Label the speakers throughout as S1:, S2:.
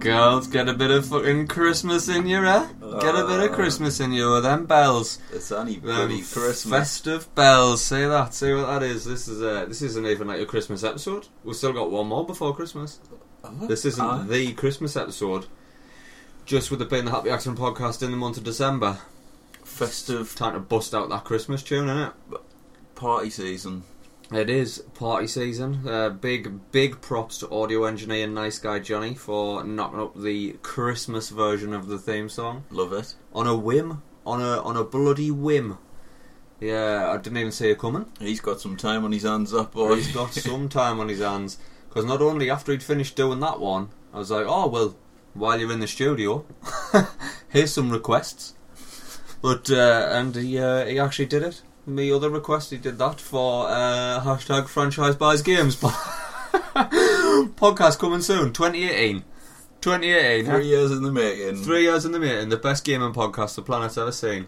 S1: Girls, get a bit of fucking Christmas in you, eh? Get a bit of Christmas in you with them bells.
S2: It's only
S1: Them
S2: Uh. bloody Christmas.
S1: Festive bells. Say that. Say what that is. This is uh, this isn't even like a Christmas episode. We've still got one more before Christmas. This isn't
S2: Aye.
S1: the Christmas episode. Just with it being the Happy Accident podcast in the month of December,
S2: festive
S1: time to bust out that Christmas tune, innit?
S2: party season.
S1: It is party season. Uh, big, big props to audio engineer Nice Guy Johnny for knocking up the Christmas version of the theme song
S2: Love it.
S1: on a whim, on a on a bloody whim. Yeah, I didn't even see it coming.
S2: He's got some time on his hands, that
S1: But
S2: boy.
S1: he's got some time on his hands because not only after he'd finished doing that one, I was like, oh well, while you're in the studio, here's some requests. But uh, and he uh, he actually did it. Me other request, he did that for uh, hashtag franchise buys games podcast coming soon, 2018. 2018,
S2: Three years in the making.
S1: three years in the making, the best gaming podcast the planet's ever seen.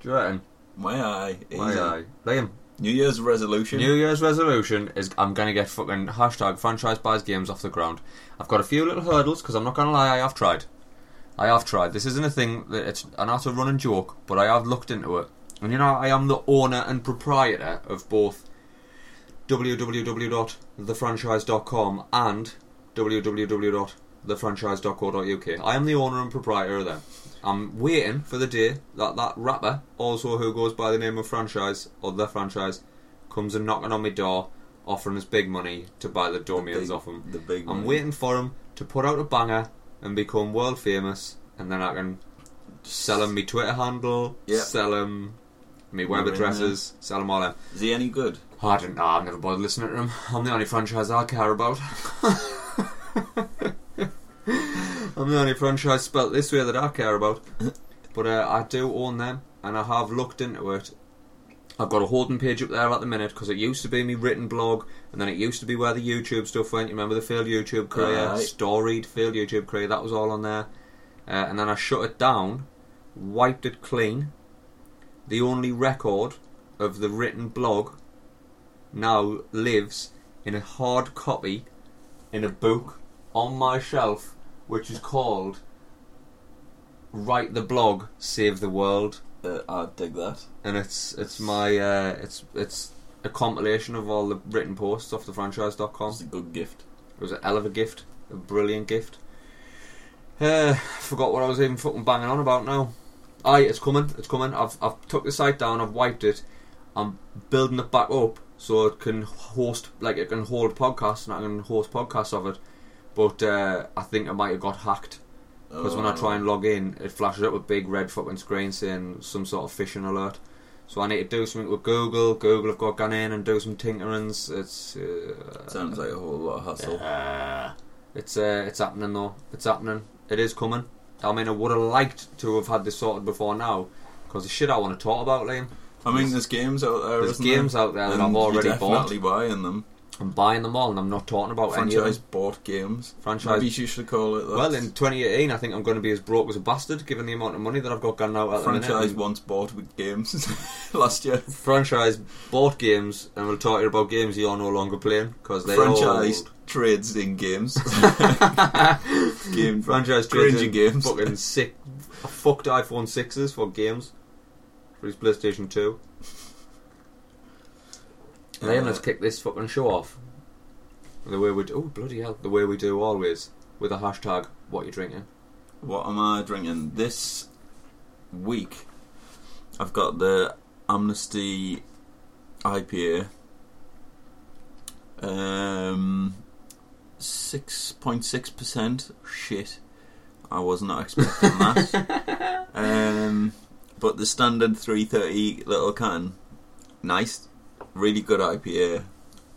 S1: Do you reckon?
S2: My eye. Easy.
S1: Why, aye. Liam,
S2: New Year's resolution.
S1: New Year's resolution is I'm going to get fucking hashtag franchise buys games off the ground. I've got a few little hurdles because I'm not going to lie, I have tried. I have tried. This isn't a thing that it's an out of running joke, but I have looked into it. And you know, I am the owner and proprietor of both www.thefranchise.com and www.thefranchise.co.uk. I am the owner and proprietor of them. I'm waiting for the day that that rapper, also who goes by the name of Franchise or The Franchise, comes and knocking on my door, offering us big money to buy the domains
S2: big-
S1: off him.
S2: the big
S1: I'm
S2: money.
S1: waiting for him to put out a banger and become world famous, and then I can sell him my Twitter handle,
S2: Yeah.
S1: sell him my
S2: You're in
S1: web
S2: there.
S1: addresses, sell him all them.
S2: Is he any good?
S1: Oh, I don't know. I've never bothered listening to him. I'm the only franchise I care about. I'm the only franchise spelt this way that I care about. But uh, I do own them, and I have looked into it. I've got a holding page up there at the minute because it used to be me written blog, and then it used to be where the YouTube stuff went. You remember the failed YouTube career,
S2: Aye.
S1: storied failed YouTube career? That was all on there. Uh, and then I shut it down, wiped it clean. The only record of the written blog now lives in a hard copy in a book on my shelf, which is called "Write the Blog, Save the World,"
S2: Uh, I dig that.
S1: and it's it's my uh, it's it's a compilation of all the written posts off the franchise.com.
S2: It's a good gift.
S1: It was a hell of a gift, a brilliant gift. Uh, forgot what I was even fucking banging on about now. Aye, it's coming, it's coming. I've I've took the site down, I've wiped it. I'm building it back up so it can host, like it can hold podcasts, and I can host podcasts of it. But uh, I think it might have got hacked because when I try and log in, it flashes up with big red fucking screen saying some sort of phishing alert. So I need to do something with Google. Google, I've got gone in and do some tinkerings. It's uh,
S2: Oh, Sounds like a whole lot of hassle.
S1: uh, it's uh, it's happening though. It's happening. It is coming. I mean, I would have liked to have had this sorted before now, because the shit I want to talk about, Liam.
S2: I mean, there's games out there.
S1: There's
S2: isn't
S1: games
S2: there?
S1: out there that
S2: And
S1: I've
S2: you're
S1: already bought.
S2: definitely buying them.
S1: I'm buying them all, and I'm not talking about any of
S2: Franchise
S1: them.
S2: bought games.
S1: Franchise-
S2: Maybe you should call it that.
S1: Well, in 2018, I think I'm going to be as broke as a bastard, given the amount of money that I've got gone out at the minute.
S2: franchise once bought with games last year.
S1: franchise bought games, and we'll talk about games you're no longer playing because they
S2: franchise
S1: all
S2: trades in games. Game
S1: franchise
S2: cringy
S1: trading
S2: games.
S1: Fucking sick. I fucked iPhone sixes for games for his PlayStation two. And then
S2: Uh,
S1: let's kick this fucking show off. The way we do, oh bloody hell, the way we do always with a hashtag. What you drinking?
S2: What am I drinking this week? I've got the Amnesty IPA. Um, six point six percent. Shit, I was not expecting that. um, but the standard three thirty little can, nice, really good IPA.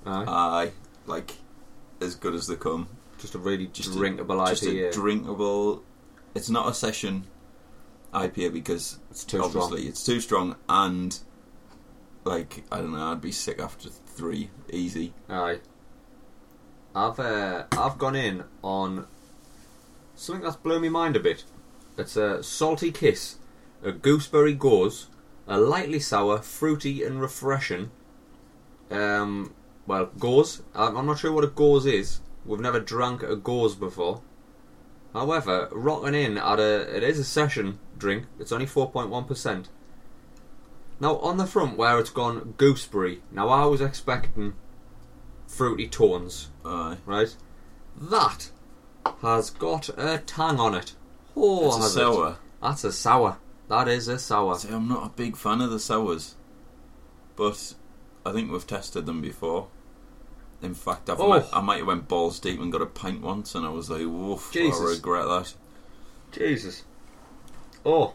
S1: Aye,
S2: Aye, like as good as they come.
S1: just a really
S2: just a-
S1: drinkable
S2: just
S1: IPA.
S2: a drinkable. It's not a session IPA because
S1: it's too
S2: obviously
S1: strong.
S2: it's too strong and like I don't know, I'd be sick after three easy.
S1: Aye. I've uh, I've gone in on something that's blown my mind a bit. It's a salty kiss, a gooseberry gauze, a lightly sour, fruity and refreshing. Um, well, gauze. I'm I'm not sure what a gauze is. We've never drank a gauze before. However, Rockin' In at a it is a session drink. It's only four point one percent. Now on the front where it's gone gooseberry. Now I was expecting fruity tones,
S2: Aye.
S1: right? That has got a tang on it. Oh,
S2: It's a
S1: has it.
S2: sour.
S1: That's a sour. That is a sour.
S2: See, I'm not a big fan of the sours, but I think we've tested them before. In fact, I've
S1: Oh.
S2: might, I might have went balls deep and got a pint once, and I was like, "Woof, I
S1: Jesus.
S2: regret that."
S1: Jesus. Oh.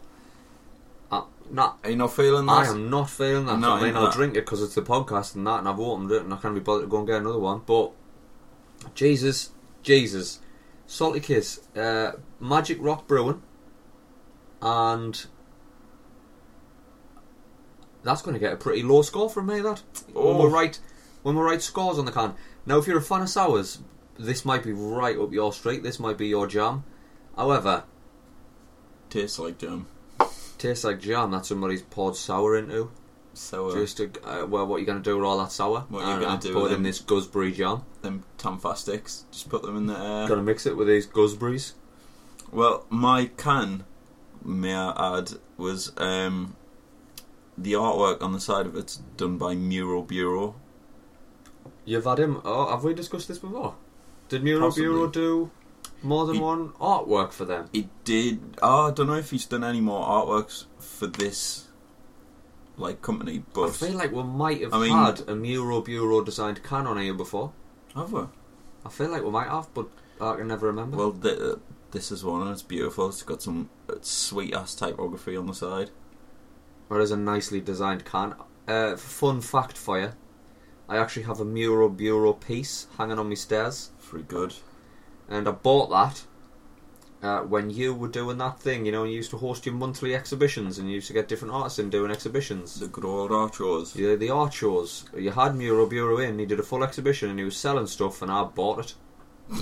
S1: Uh, nah,
S2: Are you not feeling that?
S1: I am not feeling that.
S2: Not
S1: I mean,
S2: into
S1: I'll
S2: that.
S1: drink it because it's the podcast and that, and I've opened it, and I can't be bothered to go and get another one. But Jesus, Jesus, Salty Kiss, uh, Magic Rock Brewing, and that's going to get a pretty low score from me. That when
S2: Oh.
S1: we write when we write scores on the can. Now, if you're a fan of sours, this might be right up your street. This might be your jam. However,
S2: Tastes like um, jam.
S1: tastes like jam that somebody's poured sour into.
S2: Sour.
S1: Just to, uh, well, what you going to do with all that sour?
S2: What you
S1: And
S2: gonna
S1: I
S2: do
S1: Put
S2: with
S1: in
S2: them?
S1: this gooseberry jam.
S2: them Tamfa sticks. Just put them in the air.
S1: Gonna mix it with these gooseberries.
S2: Well, my can, may I add, was um, the artwork on the side of it's done by Mural Bureau.
S1: You've had him. Oh, have we discussed this before? Did Muro
S2: Possibly.
S1: Bureau do more than
S2: He-
S1: one artwork for them?
S2: It did. ah, I don't know if he's done any more artworks for this like company,
S1: I
S2: but
S1: feel like we might have
S2: I mean-
S1: had a Muro Bureau designed can on here before.
S2: have we?
S1: I feel like we might have, but I can never remember.
S2: Well, th- uh, this is one and it's beautiful. It's got some sweet ass typography on the side.
S1: That is a nicely designed can. Uh, fun fact for you. I actually have a Muro Bureau piece hanging on my stairs.
S2: Very good.
S1: and I bought that uh, when you were doing that thing. You know, you used to host your monthly exhibitions, and you used to get different artists in doing exhibitions.
S2: The good old art shows.
S1: Yeah, the art shows. You had Muro Bureau in. He did a full exhibition, and he was selling stuff, and I bought it.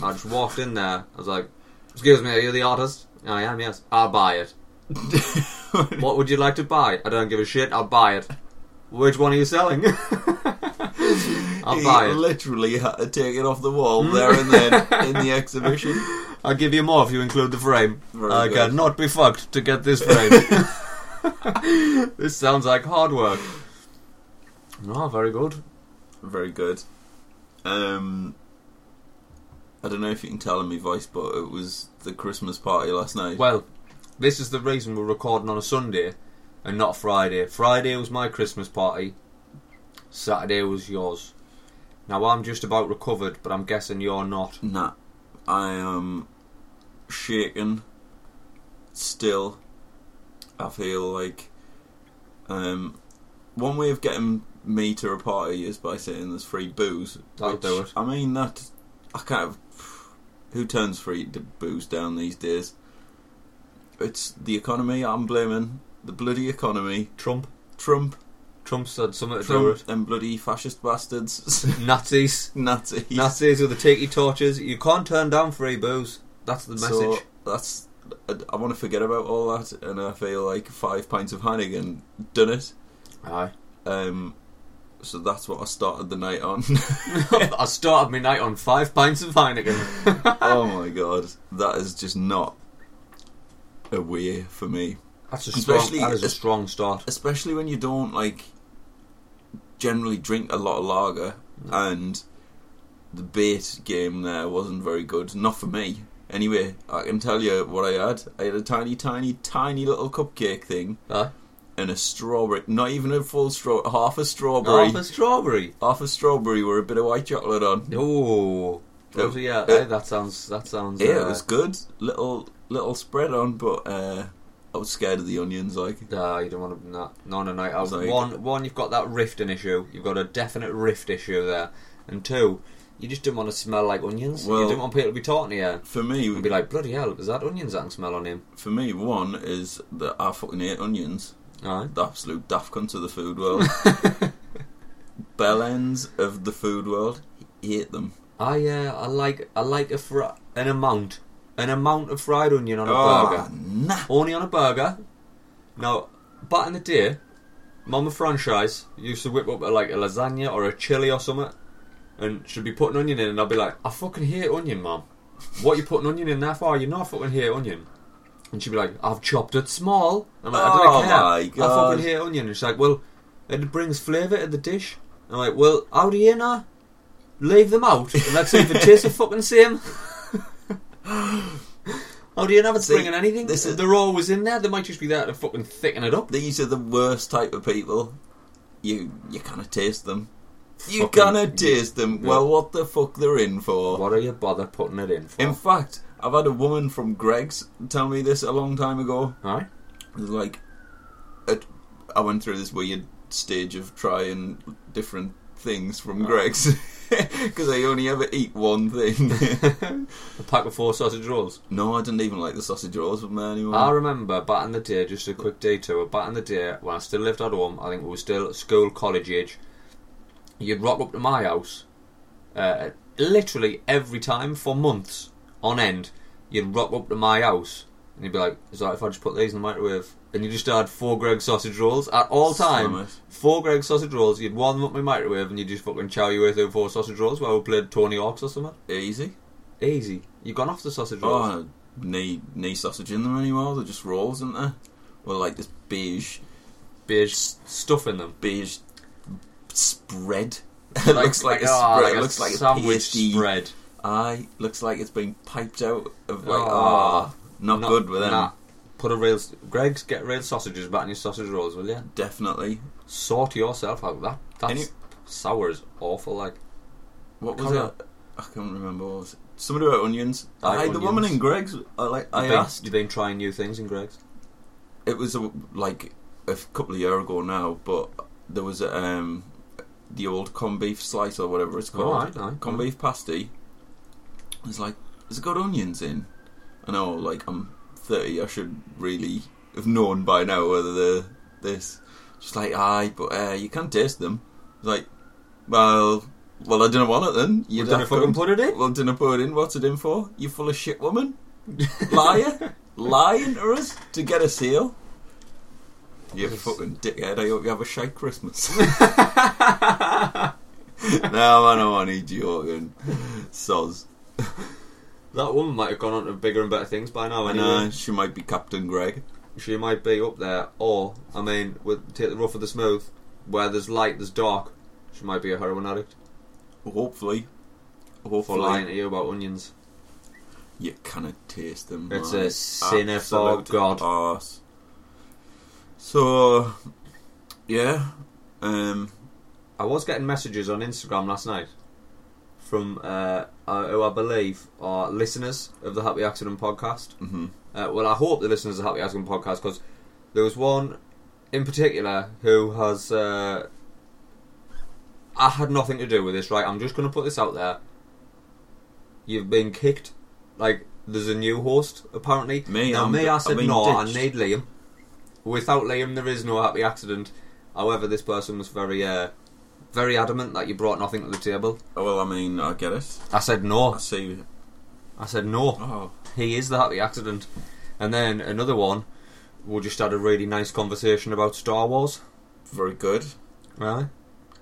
S1: I just walked in there. I was like, "Excuse me, are you the artist?" I am. Yes, I'll buy it. What would you like to buy? I don't give a shit. I'll buy it. Which one are you selling? I'll
S2: he
S1: buy it. Hmm?
S2: literally had to take it off the wall there and then in the exhibition.
S1: I'll give you more if you include the frame.
S2: Very
S1: I
S2: good.
S1: cannot be fucked to get this frame. this sounds like hard work. No, very good.
S2: Very good. Um, I don't know if you can tell in my voice, but it was the Christmas party last night.
S1: Well, this is the reason we're recording on a Sunday and not Friday. Friday was my Christmas party. Saturday was yours. Now I'm just about recovered, but I'm guessing you're not.
S2: Nah, I um, am shaken. Still, I feel like um, one way of getting me to a party is by saying there's free booze.
S1: That'll
S2: which,
S1: do it.
S2: I mean that I can't. Who turns free to booze down these days? It's the economy. I'm blaming the bloody economy.
S1: Trump.
S2: Trump,
S1: Trump said something to do
S2: Trump,
S1: with
S2: them bloody fascist bastards,
S1: it. Nazis.
S2: Nazis.
S1: Nazis with the takey torches. You can't turn down free booze. That's the message.
S2: So that's I, I want to forget about all that, and I feel like five pints of Heineken done it.
S1: Aye.
S2: Um, so that's what I started the night on.
S1: I started my night on five pints of Heineken.
S2: oh my god, that is just not a way for me,
S1: That's a
S2: Especially-
S1: strong. That is a strong start.
S2: especially when you don't like generally drink a lot of lager, and the bait game there wasn't very good. Not for me. Anyway, I can tell you what I had. I had a tiny, tiny, tiny little cupcake thing.
S1: Huh?
S2: and a strawberry. Not even a full straw, half a strawberry, half
S1: Half a
S2: a,
S1: strawberry.
S2: strawberry with a bit of white chocolate on.
S1: Oh,
S2: Oh,
S1: yeah,
S2: eh.
S1: eh, that sounds. That sounds.
S2: Yeah,
S1: uh,
S2: it was good. Little little spread on, but uh, I was scared of the onions. Like
S1: Nah, you don't want to. Nah, no, no, no. I
S2: was like-
S1: one, one, you've got that rifting issue. You've got a definite rift issue there, and two, you just didn't want to smell like onions.
S2: Well-
S1: you didn't want people to be talking to you.
S2: for
S1: You'd be
S2: me,
S1: like, bloody hell, is that onions that can smell on him?
S2: for me, one is that I fucking hate onions.
S1: Aye.
S2: The absolute daft cunt of the food world. Bell ends of the food world. Hate them.
S1: I, uh, I like, I like a fr- an amount, an amount of fried onion on a burger.
S2: Oh, nah.
S1: only on a burger. Now, back in the day, Mama Franchise used to whip up a, like a lasagna or a chili or something, and she'd be putting onion in, and I'd be like, I fucking hate onion, mum. what you putting onion in there for? You're not fucking here, onion. And she'd be like, I've chopped it small. I'm like, I
S2: Oh
S1: don't care.
S2: my
S1: I
S2: God.
S1: fucking hate onion. And she's like, well, it brings flavour to the dish. I'm like, well, how do you know? Leave them out and let's see if it tastes the fucking same. how Oh, do you know it's
S2: See,
S1: bringing anything?
S2: this is-
S1: They're always in there. They might just be there to fucking thicken it up.
S2: These are the worst type of people. You you can't taste them. You
S1: Fucking-
S2: can't taste them.
S1: Yeah.
S2: Well, what the fuck they're in for?
S1: What are you bother putting it in for?
S2: In fact, I've had a woman from Greg's tell me this a long time ago.
S1: Alright?
S2: It was like, it, I went through this weird stage of trying different things from Greg's because I only ever eat one thing.
S1: A pack of four sausage rolls.
S2: no, I didn't even like the sausage rolls with me anymore.
S1: I remember back in the day, just a quick detour, back in the day when I still lived at home, I think we were still at school, college age, you'd rock up to my house uh, literally every time for months on end. You'd rock up to my house and you'd be like, Is that if I just put these in the microwave? And you just had four Greg sausage rolls at all time.
S2: Stomach.
S1: Four Greg sausage rolls, you'd warm them up in the microwave and you'd just fucking chow your way through four sausage rolls while we played Tony Hawk's or something.
S2: Easy.
S1: Easy. You've gone off the sausage rolls.
S2: Oh, knee knee sausage in them anymore? They're just rolls, aren't they? Well, like this beige
S1: Beige stuff in them.
S2: beige spread. it looks like, a
S1: ah,
S2: spread.
S1: like
S2: it looks like a
S1: sandwich
S2: pasty.
S1: spread.
S2: Aye, looks like it's been piped out of like
S1: Ah.
S2: ah, not, good with them.
S1: nah. Put a real, Greg's get real sausages back in your sausage rolls, will you?
S2: Definitely.
S1: Sort yourself out. That that's
S2: Any-
S1: sour is awful. Like
S2: What was
S1: Carry
S2: it? I can't remember. What was it? Somebody about onions.
S1: Aye,
S2: Aye, the woman
S1: onions.
S2: in Greg's. I like. I
S1: you've been,
S2: asked.
S1: You've been trying new things in Greg's.
S2: it was a, like a f- couple of year ago now, but there was um, the old corned beef slice or whatever it's called,
S1: Alright, aye,
S2: corned
S1: aye.
S2: beef pasty. It's like, has it got onions in? I know, like I'm thirty, I should really have known by now whether they're this. Just like, aye, but uh, you can't taste them. It's like, well, well, I didn't want it then. You
S1: Well, didn't
S2: daft
S1: fucking
S2: cunt.
S1: put it in.
S2: Well, didn't put it in. What's it in for? You full of shit, woman. Liar, lying to us to get a sale. You fucking dickhead! I hope you have a shite Christmas. no, man, I'm only joking. Soz.
S1: That woman might have gone on to bigger and better things by now.
S2: I
S1: Anyway,
S2: know uh, she might be Captain Greg.
S1: she might be up there, or I mean, with, take the rough with the smooth. Where there's light, there's dark. She might be a heroin addict
S2: Hopefully,
S1: for
S2: hopefully
S1: lying to you about onions.
S2: you cannot taste them.
S1: It's
S2: man.
S1: a sin of
S2: Absolute
S1: God.
S2: arse. So, yeah, um,
S1: I was getting messages on Instagram last night from uh, uh, who I believe are listeners of the Happy Accident podcast.
S2: hmm
S1: Uh, well, I hope the listeners of the Happy Accident podcast because there was one in particular who has. Uh, I had nothing to do with this, right? I'm just going to put this out there. You've been kicked. Like, there's a new host, apparently.
S2: Me,
S1: now,
S2: I'm-
S1: me, I
S2: I've
S1: said
S2: been
S1: no, I
S2: ditched."
S1: need Liam. Without Liam, there is no happy accident. However, this person was very, uh, very adamant that you brought nothing to the table.
S2: well, I mean, I get it.
S1: I said
S2: I
S1: no.
S2: see.
S1: I said no
S2: Oh,
S1: he is the happy accident. And then another one, we just had a really nice conversation about Star Wars.
S2: very good.
S1: Right?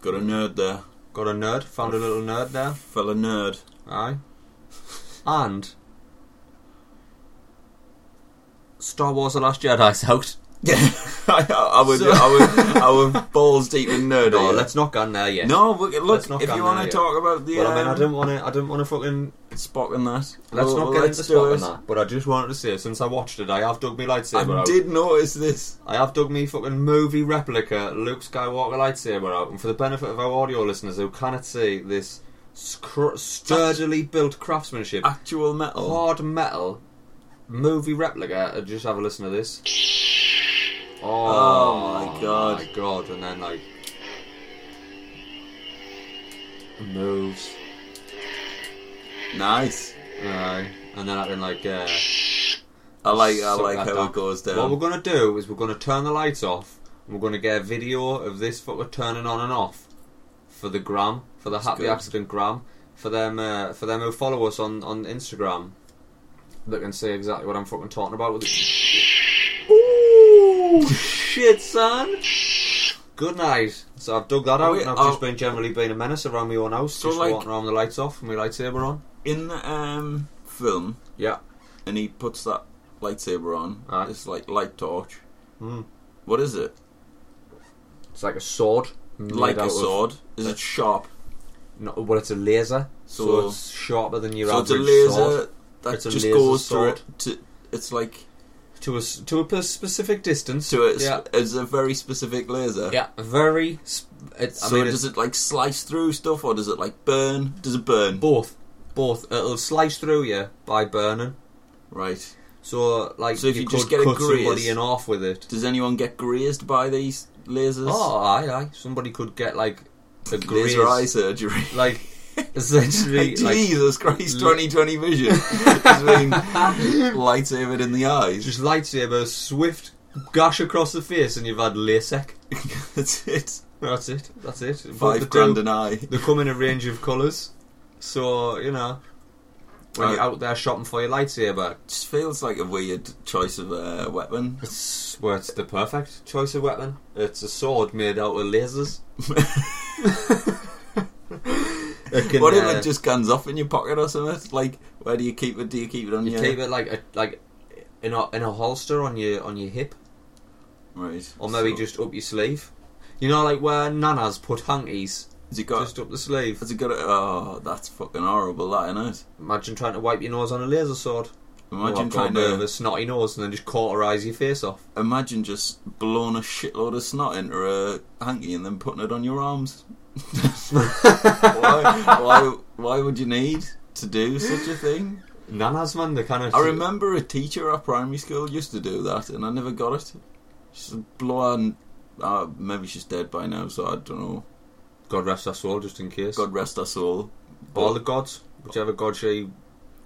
S2: Got a nerd there.
S1: Got a nerd, found a little nerd there.
S2: Fella nerd.
S1: Aye. And Star Wars The Last Jedi's out.
S2: Yeah, I, I would,
S1: So-
S2: I would, I would balls deep in nerd.
S1: No,
S2: all
S1: let's not go in there yet.
S2: No, we- look.
S1: Let's not
S2: if
S1: go
S2: you
S1: on
S2: want
S1: there
S2: to
S1: yet.
S2: talk about the,
S1: Well, I mean, I
S2: um,
S1: didn't want to. I didn't want to fucking.
S2: Spock and that.
S1: Let's
S2: Well,
S1: not
S2: well,
S1: get
S2: let's
S1: into
S2: do
S1: Spock
S2: it.
S1: and that. But I just wanted to say, since I watched it, I have dug me lightsaber
S2: I
S1: out.
S2: did notice this.
S1: I have dug me fucking movie replica Luke Skywalker lightsaber out, and for the benefit of our audio listeners who cannot see this scr- sturdily built craftsmanship,
S2: Actual metal.
S1: hard metal movie replica, and just have a listen to this. Oh,
S2: Oh my God.
S1: my god! And then like moves,
S2: Nice.
S1: Aye. and then acting like. Uh,
S2: I like, I
S1: Suck
S2: like
S1: that
S2: how
S1: down.
S2: it goes
S1: What we're
S2: down.
S1: going to do is we're going to turn the lights off and we're going to get a video of this fucker turning on and off for the gram, for the happy
S2: good.
S1: accident gram, for them uh, for them who follow us on, on Instagram that can see exactly what I'm fucking talking about. With the... Ooh, shit, son! Good night. So I've dug that out
S2: Wait,
S1: and I've
S2: I'll-
S1: just been generally being a menace around my own house,
S2: So,
S1: just
S2: like-
S1: walking around with the lights off and my lightsaber on.
S2: In the um, film
S1: Yeah.
S2: and he puts that lightsaber on.
S1: Aye.
S2: This like light torch.
S1: Mm.
S2: What is it?
S1: It's like a sword. made
S2: Like
S1: out
S2: a
S1: of-
S2: sword? Is it sharp?
S1: No, well, it's a laser, so,
S2: So-
S1: it's sharper than your
S2: So it's a
S1: average
S2: laser
S1: sword.
S2: that
S1: It's a
S2: just
S1: laser
S2: goes through
S1: sword.
S2: it. To, it's like
S1: To a s- to a p- specific distance.
S2: to it.
S1: Yeah.
S2: It's a very specific laser.
S1: Yeah, very. Sp- it's,
S2: So
S1: I mean, it's
S2: does it like slice through stuff or does it like burn? Does it burn?
S1: both, both. It'll slice through you by burning.
S2: Right.
S1: So like,
S2: So if you
S1: could
S2: just get a
S1: cut somebody
S2: graze-
S1: in half with it.
S2: Does anyone get grazed by these lasers?
S1: Oh, aye, aye. Somebody could get like a graze,
S2: laser eye surgery.
S1: like essentially, like
S2: Jesus Christ,
S1: li-
S2: 2020 vision. It's being lightsabered in the eyes.
S1: just lightsaber, swift gash across the face, and you've had LASIK.
S2: That's it.
S1: That's it. That's it. But they
S2: Five grand
S1: do-
S2: an eye.
S1: They come in a range of colours, so you know when you're
S2: Right.
S1: out there shopping for your lightsaber,
S2: Just feels like a weird choice of uh, weapon.
S1: it's well, it's the perfect choice of weapon. It's a sword made out of lasers. it can,
S2: what if
S1: uh,
S2: it just guns off in your pocket or something? Like, where do you keep it? Do you keep it on
S1: you
S2: your
S1: keep it like a, like in a in a holster on your on your hip,
S2: Right.
S1: or maybe
S2: So,
S1: just up your sleeve. You know, like where nanas put hankies
S2: Has it got?
S1: just up the sleeve.
S2: has it got? A, oh, that's fucking horrible. That isn't it?
S1: Imagine trying to wipe your nose on a laser sword. Or
S2: Imagine
S1: Oh, I've got
S2: trying
S1: a bit of
S2: to.
S1: a snotty nose and then just cauterize your face off.
S2: Imagine just blowing a shitload of snot into a hanky and then putting it on your arms. why, why, why would you need to do such a thing?
S1: Nanas, man, they kind of.
S2: I remember a teacher at primary school used to do that, and I never got it. She's a blonde. Uh, maybe she's dead by now, so I don't know.
S1: God rest her soul, just in case.
S2: God rest her soul.
S1: All the gods, whichever god she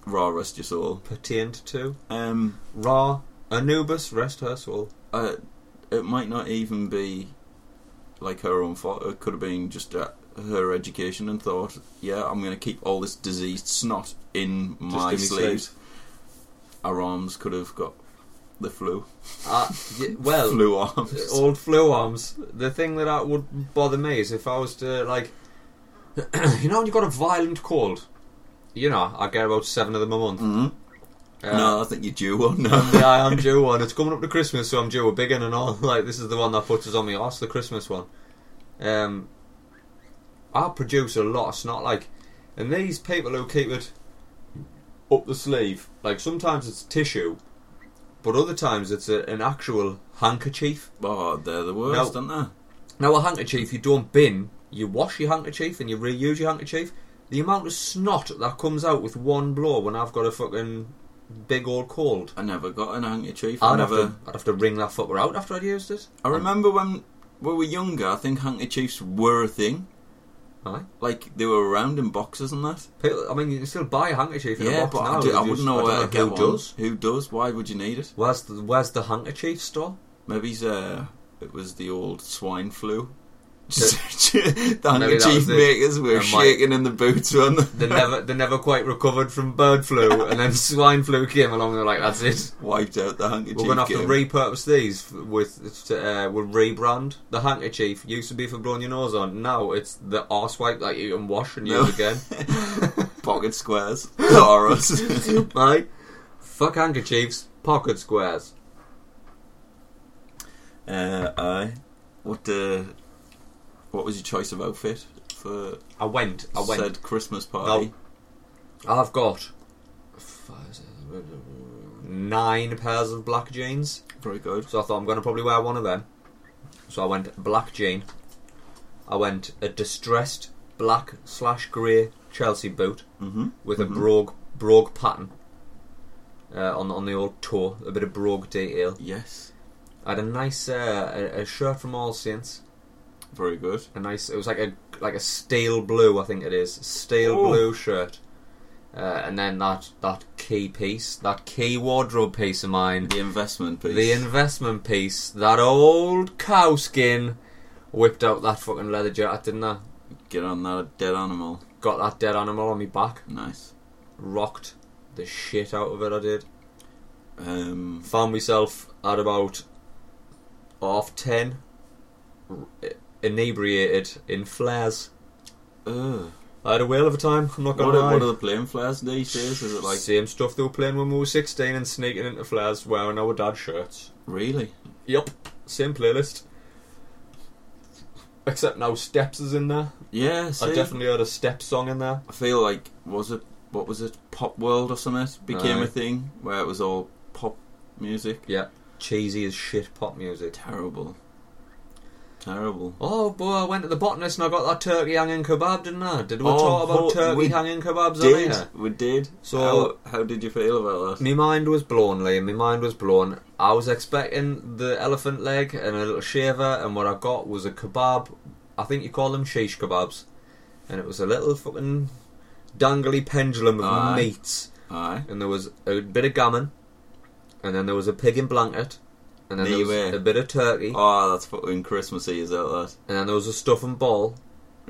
S2: Ra rest your soul.
S1: pertained to.
S2: Um,
S1: Ra, Anubis, rest her soul.
S2: uh, it might not even be like her own fault. It could have been just uh, her education and thought, yeah, I'm going to keep all this diseased snot in
S1: Just
S2: my
S1: in his
S2: sleeves. Our arms could have got the flu.
S1: Uh, y- well, uh,
S2: flu arms.
S1: old flu arms. The thing that I would bother me is if I was to, like. you know, when you've got a violent cold, you know, I get about seven of them a month.
S2: hmm
S1: Uh,
S2: no, I think you're due one. No.
S1: yeah, I'm due one. It's coming up to Christmas, so I'm due a big one and all. Like, this is the one that puts us on my arse, the Christmas one. Um, I produce a lot of snot, like, and these people who keep it up the sleeve, like, sometimes it's tissue, but other times it's a, an actual handkerchief.
S2: Oh, they're the worst, aren't
S1: Now, a handkerchief you don't bin, you wash your handkerchief and you reuse your handkerchief. The amount of snot that comes out with one blow when I've got a fucking big old cold.
S2: they? I never got an handkerchief. I
S1: I'd have,
S2: never.
S1: to, I'd have to wring that fucker out after I'd used it.
S2: I remember when we were younger. I think handkerchiefs were a thing.
S1: Aye.
S2: Like they were around in boxes and that.
S1: People, I mean, you can still buy a handkerchief in a
S2: yeah,
S1: box
S2: but
S1: now.
S2: I, do,
S1: they
S2: I
S1: just-
S2: wouldn't know where to
S1: don't
S2: get
S1: know
S2: one.
S1: who does.
S2: Who does? Why would you need it?
S1: Where's the, where's the handkerchief store?
S2: Maybe it's, uh, it was the old swine flu. the handkerchief
S1: was it.
S2: makers were
S1: It might-
S2: shaking in the boots when
S1: They never they never quite recovered from bird flu, and then swine flu came along. They're like, that's it.
S2: wiped out the handkerchief.
S1: We're going to have to
S2: game.
S1: repurpose these f- with to, uh, we'll rebrand the handkerchief. Used to be for blowing your nose on. Now it's the arse wipe that you can wash and
S2: No.
S1: use again.
S2: pocket squares. Taurus.
S1: Right? Fuck handkerchiefs, pocket squares.
S2: uh, aye. What uh, What was your choice of outfit for
S1: I went. I went.
S2: said Christmas party?
S1: No. I've got nine pairs of black jeans,
S2: Very good.
S1: so I thought I'm going to probably wear one of them. So I went black jean. I went a distressed black slash grey Chelsea boot
S2: Mm-hmm.
S1: with
S2: Mhm.
S1: a brogue brogue pattern uh, on on the old toe, a bit of brogue detail.
S2: Yes.
S1: I had a nice uh, a, a shirt from All Saints.
S2: Very good.
S1: a nice. It was like a like a steel blue, I think it is steel
S2: Oh.
S1: blue shirt, uh, and then that that key piece, that key wardrobe piece of mine,
S2: The investment piece.
S1: the investment piece, that old cow skin, whipped out that fucking leather jacket, didn't I?
S2: Get on that dead animal.
S1: Got that dead animal on me back,
S2: Nice.
S1: rocked the shit out of it. I did.
S2: Um,
S1: Found myself at about half ten, r- inebriated in flares.
S2: uh,
S1: I I had a whale of a time. I'm not
S2: What
S1: gonna
S2: are,
S1: lie.
S2: what are the playing flares these days? Is it like
S1: same stuff they were playing when we were 16 and sneaking into flares wearing our dad's shirts.
S2: really?
S1: Yep, same playlist. Except now Steps is in there.
S2: Yeah, see,
S1: I definitely heard a Steps song in there.
S2: I feel like was it what was it pop world or something became
S1: Aye.
S2: a thing where it was all pop music.
S1: Cheesy as shit pop music.
S2: Terrible, terrible.
S1: Oh boy, I went to the botanist and I got that turkey hanging kebab, didn't I? Did we
S2: Oh,
S1: talk about
S2: ho-
S1: turkey
S2: we
S1: hanging kebabs on
S2: Did
S1: here?
S2: we did?
S1: So-
S2: how, how did you feel about that?
S1: My mind was blown, Liam. My mind was blown. I was expecting the elephant leg and a little shaver, and what I got was a kebab. I think you call them shish kebabs, and it was a little fucking dangly pendulum of
S2: Aye.
S1: meats.
S2: Aye,
S1: And there was a bit of gammon, and then there was a pig in blanket, and then there
S2: Leeway.
S1: was a bit of turkey,
S2: oh, that's fucking Christmassy, is that
S1: and then there was a stuff and ball.
S2: that?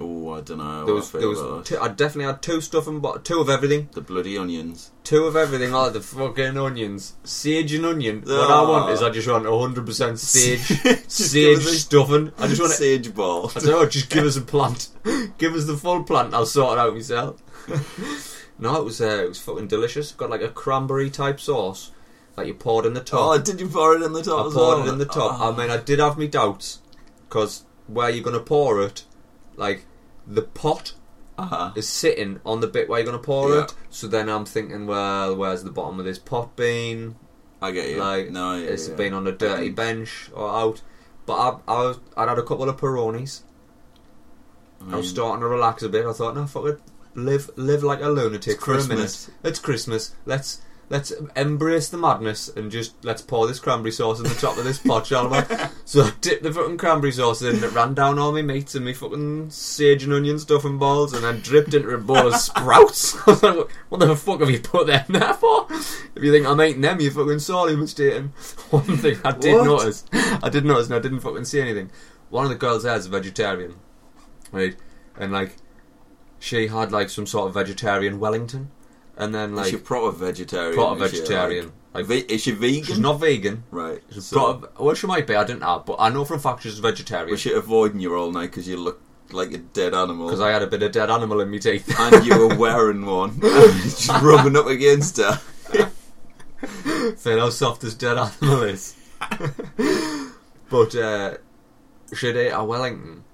S2: Oh, I don't know.
S1: There was,
S2: I
S1: there
S2: feel
S1: was
S2: about
S1: two, I definitely had two stuff and bo- two of everything.
S2: that. the bloody onions.
S1: Two of everything, like the fucking onions, sage and onion. What I
S2: Ah.
S1: want is I just want 100% sage,
S2: Just give
S1: sage
S2: us a-
S1: stuffing. I just want it.
S2: sage ball.
S1: I don't know, just give us a plant. give us the full plant, I'll sort it out myself. no, it was uh, it was fucking delicious. Got like a cranberry type sauce that you poured in the
S2: Oh,
S1: top.
S2: did you pour it in the top?
S1: I
S2: as
S1: poured
S2: well?
S1: it in the top.
S2: Oh.
S1: I mean, I did have my doubts, because where you're going to pour it, like, the pot
S2: Uh-huh.
S1: is sitting on the bit where you're going to pour
S2: Yeah.
S1: it. So then I'm thinking, well, where's the bottom of this pot bean?
S2: I get you.
S1: Like,
S2: no, yeah,
S1: It's
S2: yeah.
S1: been on a dirty
S2: Um,
S1: bench or out. But I, I was, I'd had a couple of Peronis.
S2: I
S1: I was
S2: mean,
S1: starting to relax a bit. I thought, no, fuck it. Live, live like a lunatic
S2: it's
S1: for a minute. It's Christmas. Let's let's embrace the madness and just let's pour this cranberry sauce in the top of this pot, shall we? So I dipped the fucking cranberry sauce in. It ran down all my meats and me fucking sage and onion stuffing balls, and then dripped into a bowl of sprouts. I was like, what the fuck have you put them there for? If you think I'm eating them, you're fucking sorely mistaken. One thing I did
S2: What?
S1: notice, I did notice, and I didn't fucking see anything. One of the girls there is a vegetarian, right? And like, she had like some sort of vegetarian Wellington, and then
S2: Is
S1: like
S2: she proper vegetarian?
S1: proper
S2: Is she,
S1: vegetarian.
S2: Like,
S1: Like,
S2: ve- is she vegan?
S1: she's not vegan.
S2: Right.
S1: She's
S2: so-
S1: proper- well, she might be. I don't know, but I know for a fact she's vegetarian
S2: was she avoiding you all night because you look like a dead animal?
S1: because I had a bit of dead animal in my teeth.
S2: and you were wearing one. Just rubbing up against her.
S1: Feel how soft this dead animal is. but uh, she'd ate a Wellington,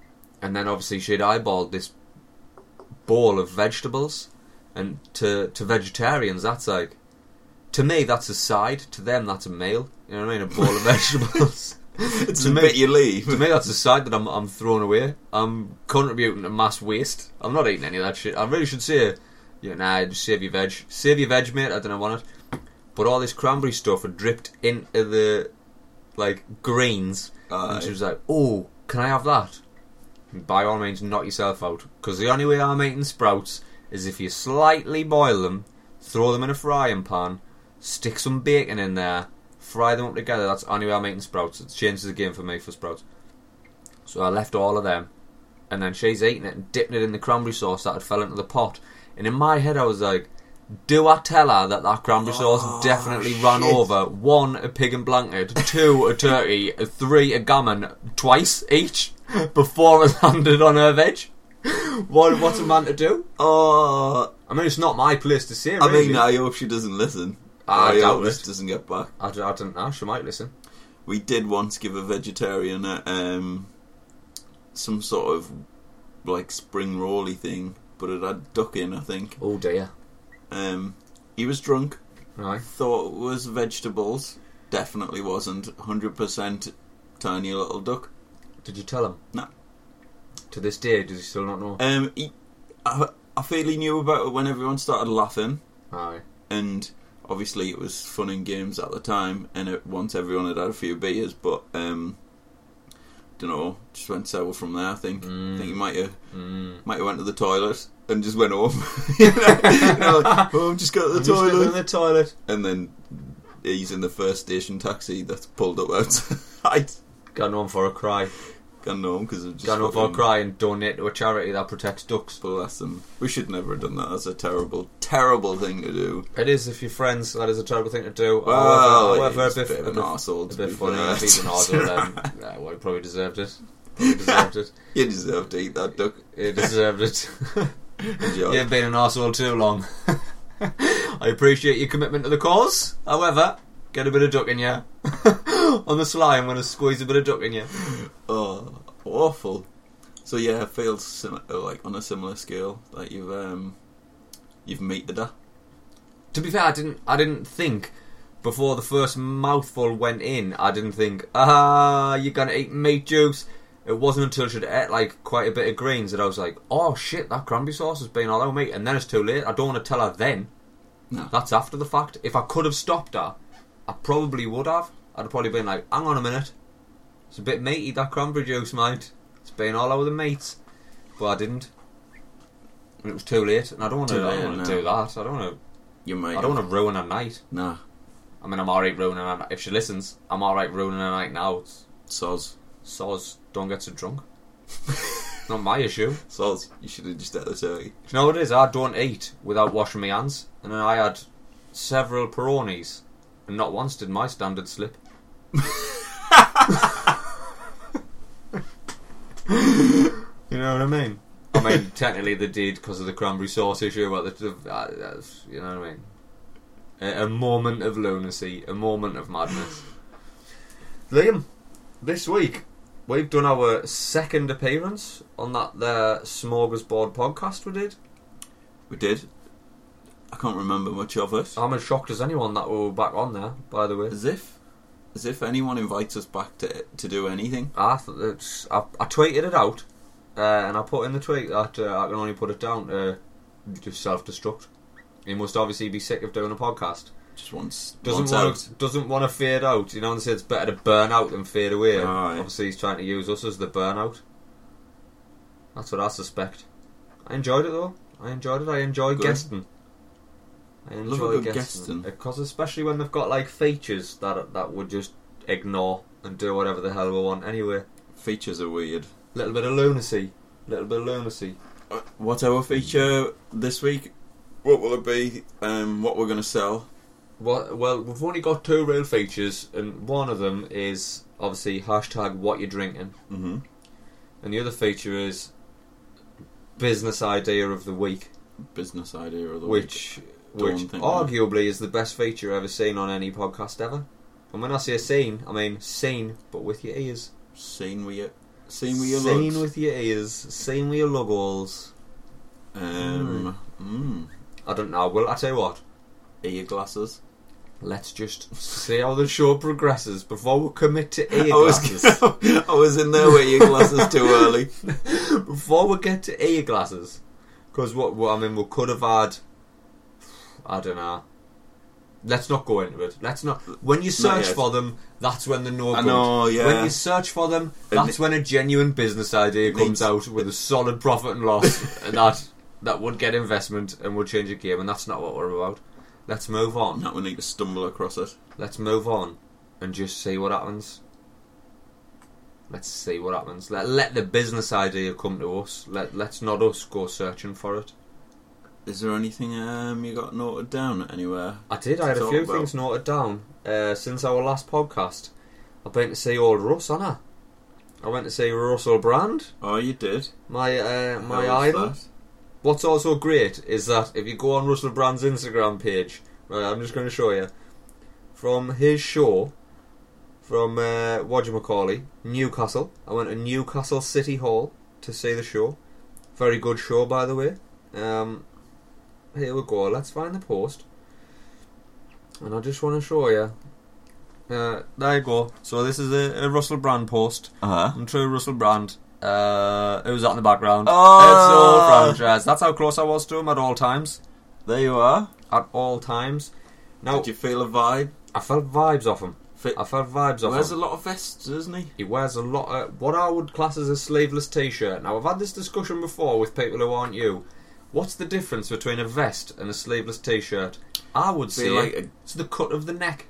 S1: and then obviously she'd eyeballed this bowl of vegetables, and to to vegetarians that's like, to me that's a side. To them that's a meal. You know what I mean? A bowl of vegetables.
S2: It's
S1: To
S2: the
S1: me-
S2: bit you leave.
S1: to me, that's a side that I'm, I'm throwing away. I'm contributing to mass waste. I'm not eating any of that shit. I really should say, yeah, nah, just save your veg. Save your veg, mate. I don't want it. But all this cranberry stuff had dripped into the, like, greens.
S2: Aye.
S1: And she was like, oh, can I have that? And by all means, knock yourself out. Because the only way I'm eating sprouts is if you slightly boil them, throw them in a frying pan, stick some bacon in there, fry them up together. That's the only way I'm eating sprouts. It changes the game for me for sprouts. So I left all of them, and then she's eating it and dipping it in the cranberry sauce that had fell into the pot. And in my head, I was like, "Do I tell her that that cranberry
S2: Oh,
S1: sauce definitely ran
S2: shit.
S1: over one a pig and blanket, two a turkey, three a gammon, twice each before it landed on her veg?" What what's a man to do?
S2: Oh,
S1: I mean, it's not my place to say.
S2: I
S1: Really.
S2: mean, uh, I hope she doesn't listen.
S1: I
S2: I
S1: doubt
S2: hope this
S1: it.
S2: doesn't get back.
S1: I, d- I don't know. She might listen.
S2: We did once give a vegetarian a, um, some sort of like spring rolly thing, but it had duck in, I think.
S1: Oh dear.
S2: Um, he was drunk,
S1: Right.
S2: thought it was vegetables, definitely wasn't. 100% tiny little duck.
S1: Did you tell him?
S2: No.
S1: To this day, does he still not know?
S2: Um, he, I, I feel he knew about it when everyone started laughing,
S1: Aye.
S2: and obviously it was fun and games at the time. And it, once everyone had had a few beers, but um, don't know, just went sour from there. I think. I
S1: Mm.
S2: think he might have
S1: Mm.
S2: might have went to the toilet and just went home. you know, like, oh, I'm just going to the
S1: Just go to
S2: toilet,
S1: the toilet.
S2: and then he's in the first station taxi that's pulled up outside.
S1: Gone home for a cry.
S2: Gone home because just
S1: Gone home for a
S2: fucking-
S1: cry and donate to a charity that protects ducks.
S2: Bless them. We should never have done that. That's a terrible, terrible thing to do.
S1: It is if you're friends. That is a terrible thing to do.
S2: Well,
S1: however,
S2: it's
S1: however, if,
S2: a bit of an
S1: if-
S2: arsehole,
S1: a
S2: to
S1: bit
S2: be
S1: funny.
S2: fair.
S1: If he's an arsehole, then yeah, well, he probably deserved it. Probably deserved it.
S2: You deserve to eat that duck.
S1: He deserved it.
S2: Enjoy.
S1: You've been an arsehole too long. I appreciate your commitment to the cause. However, get a bit of duck in you. On the sly, I'm going to squeeze a bit of duck in you.
S2: Oh, awful. So yeah, it feels sim- uh, like on a similar scale. Like you've um, you've meat the da.
S1: To be fair, I didn't. I didn't think before the first mouthful went in. I didn't think, ah, you're going to eat meat juice. It wasn't until she'd ate like quite a bit of greens that I was like, oh shit, that cranberry sauce has been all over me. And then it's too late. I don't want to tell her then.
S2: No.
S1: That's after the fact. If I could have stopped her, I probably would have. I'd have probably been like, hang on a minute. It's a bit meaty, that cranberry juice, mate. It's been all over the meat. But I didn't. And it was too late. And I don't want
S2: Too
S1: to, I
S2: late,
S1: don't want
S2: no.
S1: to do that. I don't want
S2: You
S1: to,
S2: might.
S1: I don't want to ruin a night.
S2: Nah,
S1: I mean, I'm alright ruining a night. If she listens, I'm alright ruining a night now. It's
S2: soz,
S1: soz, don't get so drunk. It's Not my issue. Do
S2: soz. You should have just ate the turkey.
S1: you know what it is? I don't eat without washing my hands. And then I had several Peronis. And not once did my standard slip. You know what I mean? I mean, technically they did because of the cranberry sauce issue, but the, the, uh, that's, you know what I mean? A, a moment of lunacy, a moment of madness. Liam, this week we've done our second appearance on that there smorgasbord podcast we did.
S2: We did. I can't remember much of it.
S1: I'm as shocked as anyone that we were back on there, by the way.
S2: As if, as if anyone invites us back to to do anything.
S1: I, thought it's, I, I tweeted it out, uh, and I put in the tweet that uh, I can only put it down to just self destruct. He must obviously be sick of doing a podcast.
S2: Just once.
S1: Doesn't
S2: once
S1: want
S2: out.
S1: to, doesn't want to fade out. You know, and say it's better to burn out than fade away.
S2: Aye.
S1: Obviously, he's trying to use us as the burnout. That's what I suspect. I enjoyed it though. I enjoyed it. I enjoy
S2: Good.
S1: guesting. I
S2: a
S1: enjoy
S2: good
S1: guesting
S2: guesting.
S1: because especially when they've got like features that that would just ignore and do whatever the hell we want anyway.
S2: Features are weird.
S1: Little bit of lunacy. Little bit of lunacy.
S2: Uh, What's our feature this week? What will it be? Um, what we're going to sell?
S1: Well, well, we've only got two real features, and one of them is obviously hashtag what you're drinking.
S2: Mm-hmm.
S1: And the other feature is business idea of the week,
S2: Business idea of the week.
S1: which
S2: Don't
S1: which
S2: think
S1: arguably is the best feature ever seen on any podcast ever. And when I say seen, I mean seen, but with your ears.
S2: Seen with your, seen with your
S1: seen
S2: lugs.
S1: with your ears. Seen with your lug walls.
S2: um, mm.
S1: I don't know. Well, I tell you what.
S2: ear glasses.
S1: Let's just see how the show progresses before we commit to ear
S2: I was,
S1: glasses.
S2: I was in there with ear glasses too early.
S1: before we get to ear glasses, because what, what I mean, we could have had. I don't know. Let's not go into it. Let's not. When you
S2: Not
S1: search
S2: yet.
S1: for them, that's when the no.
S2: I
S1: good.
S2: know, yeah.
S1: When you search for them,
S2: And
S1: that's when a genuine business idea comes
S2: needs-
S1: out with a solid profit and loss, and that that would get investment and would change the game. And that's not what we're about. Let's move on.
S2: Not when you stumble across it.
S1: Let's move on and just see what happens. Let's see what happens. Let, let the business idea come to us. Let let's not us go searching for it.
S2: Is there anything um, you got noted down anywhere?
S1: I did. I had a
S2: Talk
S1: few
S2: about-
S1: things noted down uh, since our last podcast. I've been to see old Russ, haven't I? I went to see Russell Brand,
S2: Oh, you did.
S1: my uh, my
S2: How was
S1: idol.
S2: that?
S1: What's also great is that if you go on Russell Brand's Instagram page, right, I'm just going to show you from his show from uh, Wajamacallie, Newcastle. I went to Newcastle City Hall to see the show. Very good show, by the way. Um, here we go. Let's find the post, and I just want to show you. Uh, there you go. So this is a, a Russell Brand post.
S2: Uh-huh.
S1: I'm true Russell Brand. Uh, who's that in the background?
S2: Oh!
S1: It's all franchise. That's how close I was to him at all times.
S2: There you are.
S1: At all times. Now
S2: Did you feel a vibe?
S1: I felt vibes off him.
S2: Fit-
S1: I felt vibes off
S2: Wears a
S1: him.
S2: lot of vests, doesn't he?
S1: he wears a lot of what I would class as a sleeveless T-shirt. Now I've had this discussion before with people who aren't you. What's the difference between a vest and a sleeveless T-shirt? I would say
S2: Feel like a
S1: it's the cut of the neck.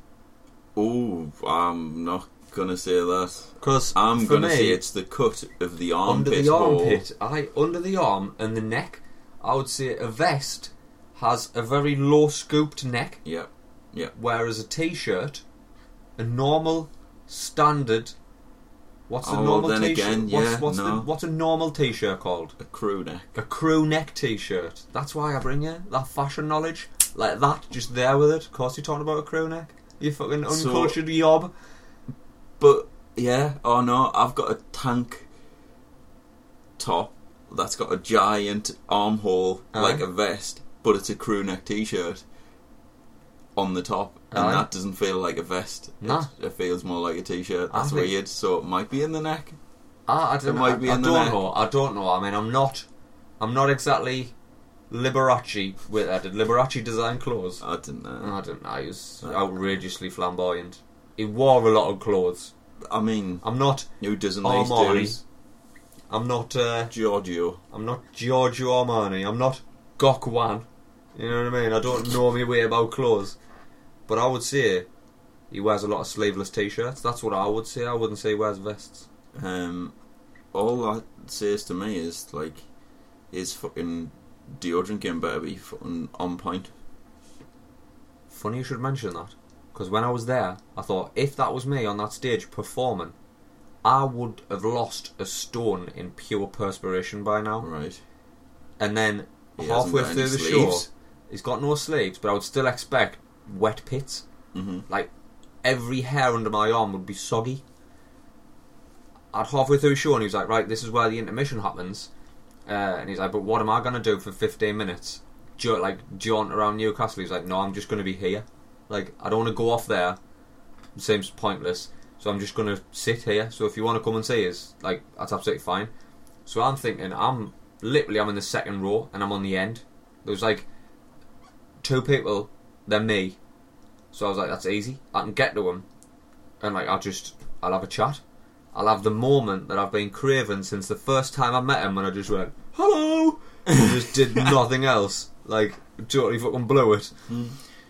S2: Oh, I'm not gonna say that.
S1: Because
S2: I'm
S1: for
S2: gonna
S1: me,
S2: say it's the cut of the
S1: under
S2: armpit.
S1: the
S2: hole.
S1: armpit, I under the arm and the neck. I would say a vest has a very low scooped neck,
S2: Yep.
S1: whereas a t-shirt, a normal standard What's the
S2: Oh,
S1: normal
S2: then
S1: t-shirt?
S2: again, yeah,
S1: what's, what's, the,
S2: no.
S1: what's a normal t-shirt called?
S2: A crew neck.
S1: A crew neck t-shirt. That's why I bring you that fashion knowledge like that, just there with it. Of course, you're talking about a crew neck. You fucking
S2: So-
S1: uncultured yob.
S2: But yeah, oh no, I've got a tank top that's got a giant armhole
S1: Aye.
S2: like a vest, but it's a crew neck t-shirt on the top, and
S1: Aye.
S2: that doesn't feel like a vest.
S1: Nah.
S2: It, it feels more like a t-shirt.
S1: I
S2: That's
S1: think-
S2: weird. So it might be in the neck.
S1: Ah, I don't,
S2: It
S1: know.
S2: might
S1: I,
S2: be
S1: I
S2: in the
S1: don't
S2: net.
S1: know. I don't know. I mean, I'm not. I'm not exactly Liberace with that. Did Liberace design clothes?
S2: I didn't know.
S1: I don't know. He was
S2: uh.
S1: outrageously flamboyant. He wore a lot of clothes.
S2: I mean,
S1: I'm not.
S2: who doesn't
S1: Armani.
S2: these days?
S1: I'm not. Uh,
S2: Giorgio.
S1: I'm not Giorgio Armani. I'm not Gok Wan. You know what I mean? I don't know my way about clothes. But I would say he wears a lot of sleeveless t-shirts. That's what I would say. I wouldn't say he wears vests.
S2: Um, all that says to me is like, his fucking deodorant game better be fucking on point.
S1: Funny you should mention that. Because when I was there, I thought if that was me on that stage performing, I would have lost a stone in pure perspiration by now.
S2: Right.
S1: And then
S2: He hasn't
S1: halfway
S2: got
S1: through
S2: any
S1: the
S2: sleeves.
S1: show, he's got no sleeves, but I would still expect wet pits.
S2: hmm
S1: Like every hair under my arm would be soggy. I'd halfway through the show, and he was like, "Right, this is where the intermission happens." Uh, and he's like, "But what am I gonna do for 15 minutes? Jo- like jaunt around Newcastle?" He's like, "No, I'm just gonna be here. Like I don't want to go off there. It seems pointless. So I'm just gonna sit here. So if you want to come and see us, like that's absolutely fine." So I'm thinking, I'm literally I'm in the second row, and I'm on the end. There was like two people, then me, so I was like, that's easy. I can get to him, and like I'll just I'll have a chat. I'll have the moment that I've been craving since the first time I met him, when I just went hello, and just did nothing else. Like totally fucking blew it.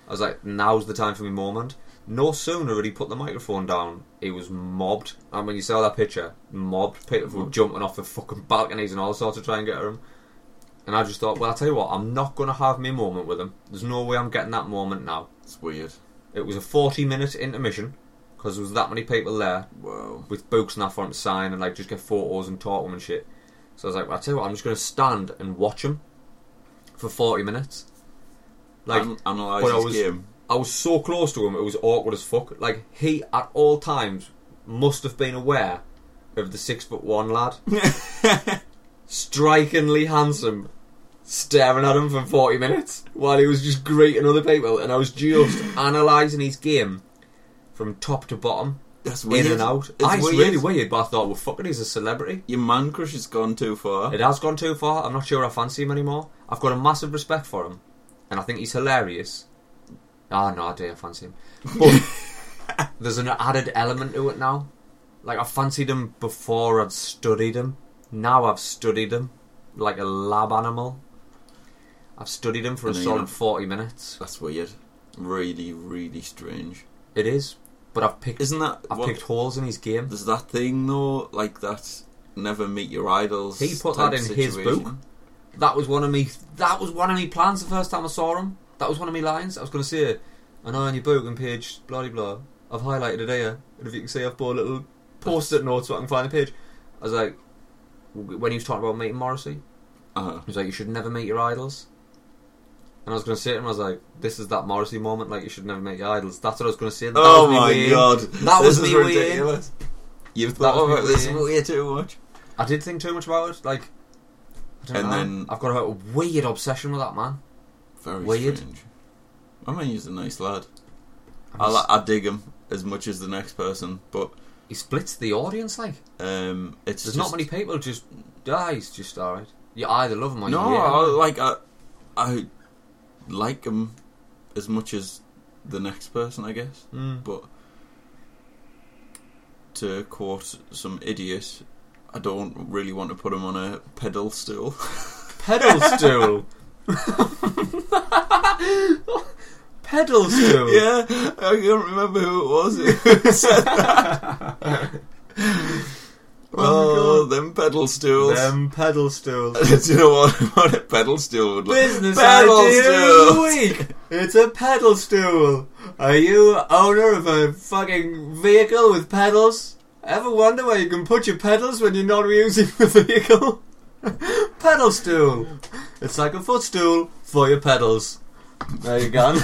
S1: I was like, now's the time for me moment. No sooner had he put the microphone down, he was mobbed. And when you saw that picture, mobbed. People were jumping off the fucking balconies and all sorts to try and get at him. And I just thought, well, I'll tell you what, I'm not going to have me moment with him. There's no way I'm getting that moment now.
S2: It's weird.
S1: It was a 40 minute intermission because there was that many people there
S2: Wow.
S1: with books and that for him to sign and like just get photos and talk to 'em and shit. So I was like, well, I tell you what, I'm just going to stand and watch him for 40 minutes. Like,
S2: An- analyze
S1: but I
S2: his
S1: was-
S2: game.
S1: I was so close to him, it was awkward as fuck. Like, he at all times must have been aware of the six foot one lad, strikingly handsome, staring at him for 40 minutes while he was just greeting other people. And I was just analysing his game from top to bottom,
S2: That's
S1: in
S2: weird.
S1: and out.
S2: It's
S1: Ah, It's,
S2: weird.
S1: really weird, but I thought, well, fucking, he's a celebrity.
S2: Your man crush has gone too far.
S1: It has gone too far. I'm not sure I fancy him anymore. I've got a massive respect for him, and I think he's hilarious. Ah, no, I do. I fancy him, but there's an added element to it now. Like I fancied him before I'd studied him. Now I've studied him like a lab animal. I've studied him for a
S2: No, you
S1: solid
S2: don't.
S1: forty minutes.
S2: That's weird. Really, really strange.
S1: It is, but I've picked.
S2: Isn't that
S1: I've
S2: what?
S1: picked holes in his game.
S2: There's that thing though, like that. Never meet your idols.
S1: He put
S2: type
S1: that in his
S2: situation.
S1: book. That was one of me. That was one of me plans the first time I saw him. That was one of me lines. I was going to say it. I know on your book on page blah de blah. I've highlighted it here, and if you can see, I've bought little post-it notes so I can find the page. I was like, w- when he was talking about meeting Morrissey, he
S2: Uh-huh.
S1: was like, "You should never meet your idols." And I was going to say to him, I was like, "This is that Morrissey moment. Like, you should never meet your idols." That's what I was going to say. That
S2: Oh
S1: was me
S2: my
S1: weighing-
S2: god,
S1: That was
S2: this
S1: me
S2: is
S1: weighing.
S2: ridiculous. You've thought
S1: was me
S2: about this
S1: weighing.
S2: way too much.
S1: I did think too much about it. Like, I don't
S2: And
S1: know.
S2: then-
S1: I've got a weird obsession with that man.
S2: Very
S1: Weird.
S2: strange. I mean, he's a nice lad. I, li- I dig him as much as the next person, but
S1: he splits the audience like.
S2: um, it's
S1: There's
S2: just
S1: not many people just dies just alright. You either love him or
S2: No,
S1: you hate
S2: I,
S1: him.
S2: like I, I like him as much as the next person, I guess.
S1: Mm.
S2: But to quote some idiot, I don't really want to put him on a pedal stool.
S1: pedal stool. pedal stool.
S2: yeah, I can't remember who it was. Who said that.
S1: Oh,
S2: oh, them pedal stools.
S1: Them pedal stools.
S2: Do you know what, what a pedal stool would look
S1: Business
S2: Pedal
S1: idea of the
S2: stool.
S1: week. It's a pedal stool. Are you owner of a fucking vehicle with pedals? Ever wonder where you can put your pedals when you're not using the vehicle? Pedal stool. It's like a footstool for your pedals. There you go.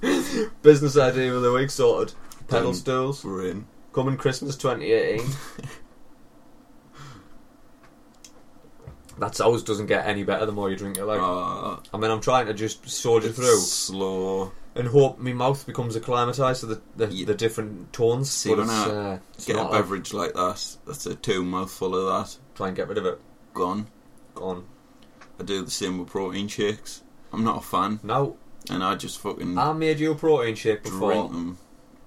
S1: Business idea of the week sorted. Pedal
S2: Done.
S1: stools.
S2: Brilliant.
S1: Coming Christmas 2018. That always doesn't get any better the more you drink it. Like,
S2: Uh,
S1: I mean, I'm trying to just soldier through
S2: Slow.
S1: and hope my mouth becomes acclimatised to the the,
S2: Ye-
S1: the different tones.
S2: See,
S1: but
S2: when
S1: it's,
S2: I
S1: uh, it's
S2: Get a
S1: not like-
S2: beverage like that. That's a two mouthful of that.
S1: try and get rid of it.
S2: Gone.
S1: Gone.
S2: I do the same with protein shakes. I'm not a fan,
S1: Now
S2: and I just fucking
S1: I made you a protein shake Ah, before.
S2: drink them.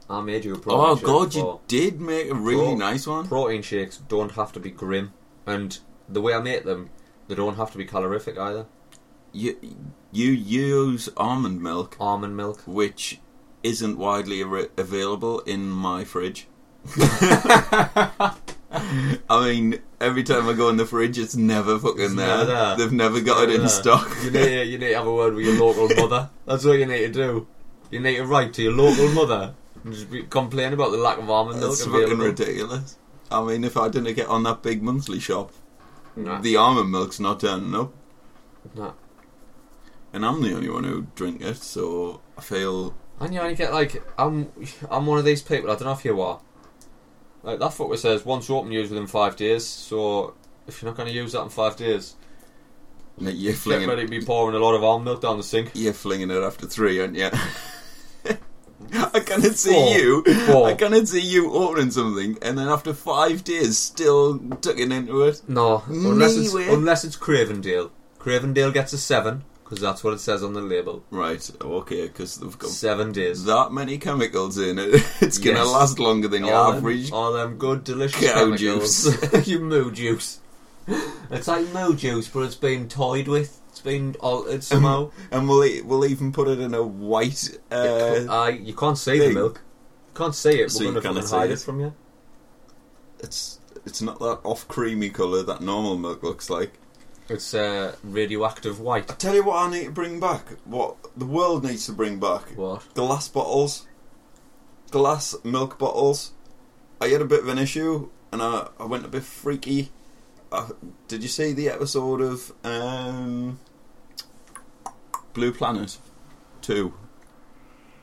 S1: I made you a protein
S2: Oh
S1: shake.
S2: god,
S1: before.
S2: you did make a
S1: Pro-
S2: really nice one.
S1: protein shakes don't have to be grim, and the way I make them, they don't have to be calorific either.
S2: You you use almond milk,
S1: Almond milk.
S2: which isn't widely ar- available in my fridge. I mean, every time I go in the fridge, it's never fucking
S1: It's
S2: there.
S1: never there.
S2: They've never got it in
S1: Uh,
S2: stock.
S1: You need, to, you need to have a word with your local mother. That's what you need to do. You need to write to your local mother and just be, complain about the lack of almond milk
S2: That's fucking
S1: available.
S2: ridiculous. I mean, if I didn't get on that big monthly shop,
S1: Nah,
S2: the almond milk's not turning up,
S1: nah.
S2: and I'm the only one who drink it, so I feel
S1: And you only get like I'm I'm one of these people. I don't know if you are. Like that fucker says, once open, use within five days. So if you're not going to use that in five days,
S2: that you're
S1: get
S2: flinging
S1: ready to be pouring a lot of almond milk down the sink.
S2: You're flinging it after three, aren't you? I cannot
S1: Four.
S2: see you.
S1: Four.
S2: I cannot see you opening something, and then after five days, still ducking into it.
S1: No, unless it's
S2: Anyway.
S1: unless it's Cravendale. Cravendale gets a seven because that's what it says on the label.
S2: Right, okay, because they've got
S1: Seven days.
S2: that many chemicals in it. It's gonna
S1: Yes.
S2: last longer than your
S1: all them-
S2: average.
S1: all them good, delicious
S2: cow
S1: chemicals. you moo juice. It's like moo juice, but it's been toyed with. It's been altered
S2: Um,
S1: somehow.
S2: And we'll e- we'll even put it in a white.
S1: It co-
S2: Uh,
S1: aye, you can't see the
S2: thing.
S1: milk. You can't see it.
S2: So
S1: We're
S2: you
S1: going
S2: cannot
S1: to
S2: see
S1: hide
S2: it.
S1: it from you.
S2: it's it's not that off creamy colour that normal milk looks like.
S1: It's uh, radioactive white.
S2: I tell you what, I need to bring back. What the world needs to bring back
S1: What?
S2: glass bottles, glass milk bottles. I had a bit of an issue, and I, I went a bit freaky. I, did you see the episode of um, Blue Planet Two?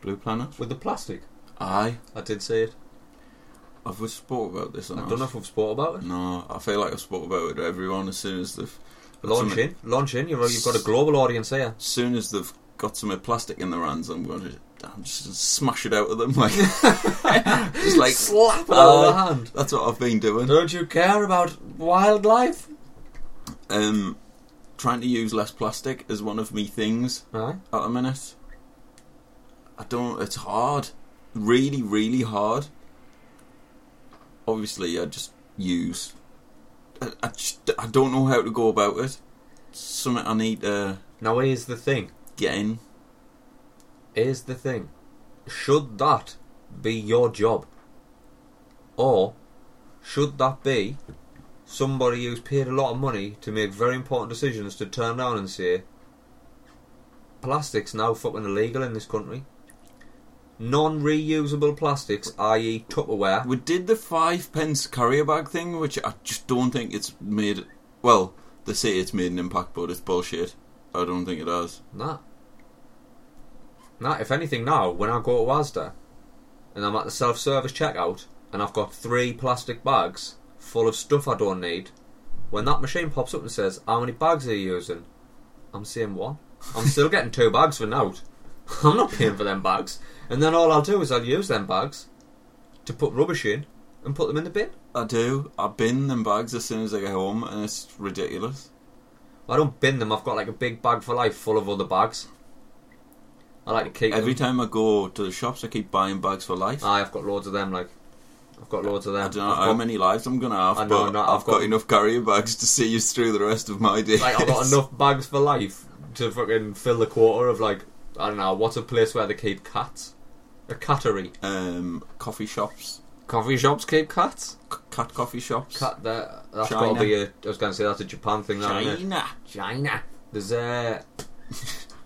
S2: Blue Planet.
S1: With the plastic.
S2: Aye,
S1: I did see it.
S2: I've we spoke about this. or
S1: I
S2: not?
S1: don't know if we've spoke about it.
S2: No, I feel like I've spoke about it. to Everyone, as soon as they've
S1: Launch in. Launch in. You're, you've got a global audience here.
S2: as soon as they've got some plastic in their hands, I'm going to I'm just gonna smash it out of them. Like, just like
S1: Slap it
S2: aye.
S1: out of the hand.
S2: That's what I've been doing.
S1: Don't you care about wildlife?
S2: um, trying to use less plastic is one of me things
S1: Aye.
S2: at the minute. I don't. It's hard, really, really hard. Obviously, I just use. I, I just I don't know how to go about it. It's something I need to
S1: Now here's the thing.
S2: get in.
S1: Here's the thing. Should that be your job? Or should that be somebody who's paid a lot of money to make very important decisions to turn around and say, plastic's now fucking illegal in this country? Non reusable plastics, i.e., Tupperware.
S2: We did the five pence carrier bag thing, which I just don't think it's made. Well, they say it's made an impact, but it's bullshit. I don't think it has.
S1: Nah. Nah, if anything, now, when I go to Asda and I'm at the self service checkout and I've got three plastic bags full of stuff I don't need, when that machine pops up and says, How many bags are you using? I'm saying one. I'm still getting two bags for now. I'm not paying for them bags. And then all I'll do is I'll use them bags to put rubbish in and put them in the bin.
S2: I do. I bin them bags as soon as I get home, and it's ridiculous.
S1: I don't bin them, I've got like a big bag for life full of other bags. I like to keep them.
S2: Every time I go to the shops, I keep buying bags for life.
S1: Aye, I've got loads of them. Like, I've got loads of them.
S2: I don't know
S1: I've
S2: how
S1: got,
S2: many lives I'm gonna have,
S1: I know,
S2: but
S1: no,
S2: I've,
S1: I've
S2: got,
S1: got-
S2: enough carrier bags to see you through the rest of my day.
S1: Like, I've got enough bags for life to fucking fill the quarter of like, I don't know, what's a place where they keep cats? A cattery.
S2: um, coffee shops,
S1: Coffee shops keep cats.
S2: c- cat coffee shops,
S1: Cat. That, that's
S2: China.
S1: got to be a. I was going to say that's a Japan thing. That, isn't it?
S2: China.
S1: China. There's uh,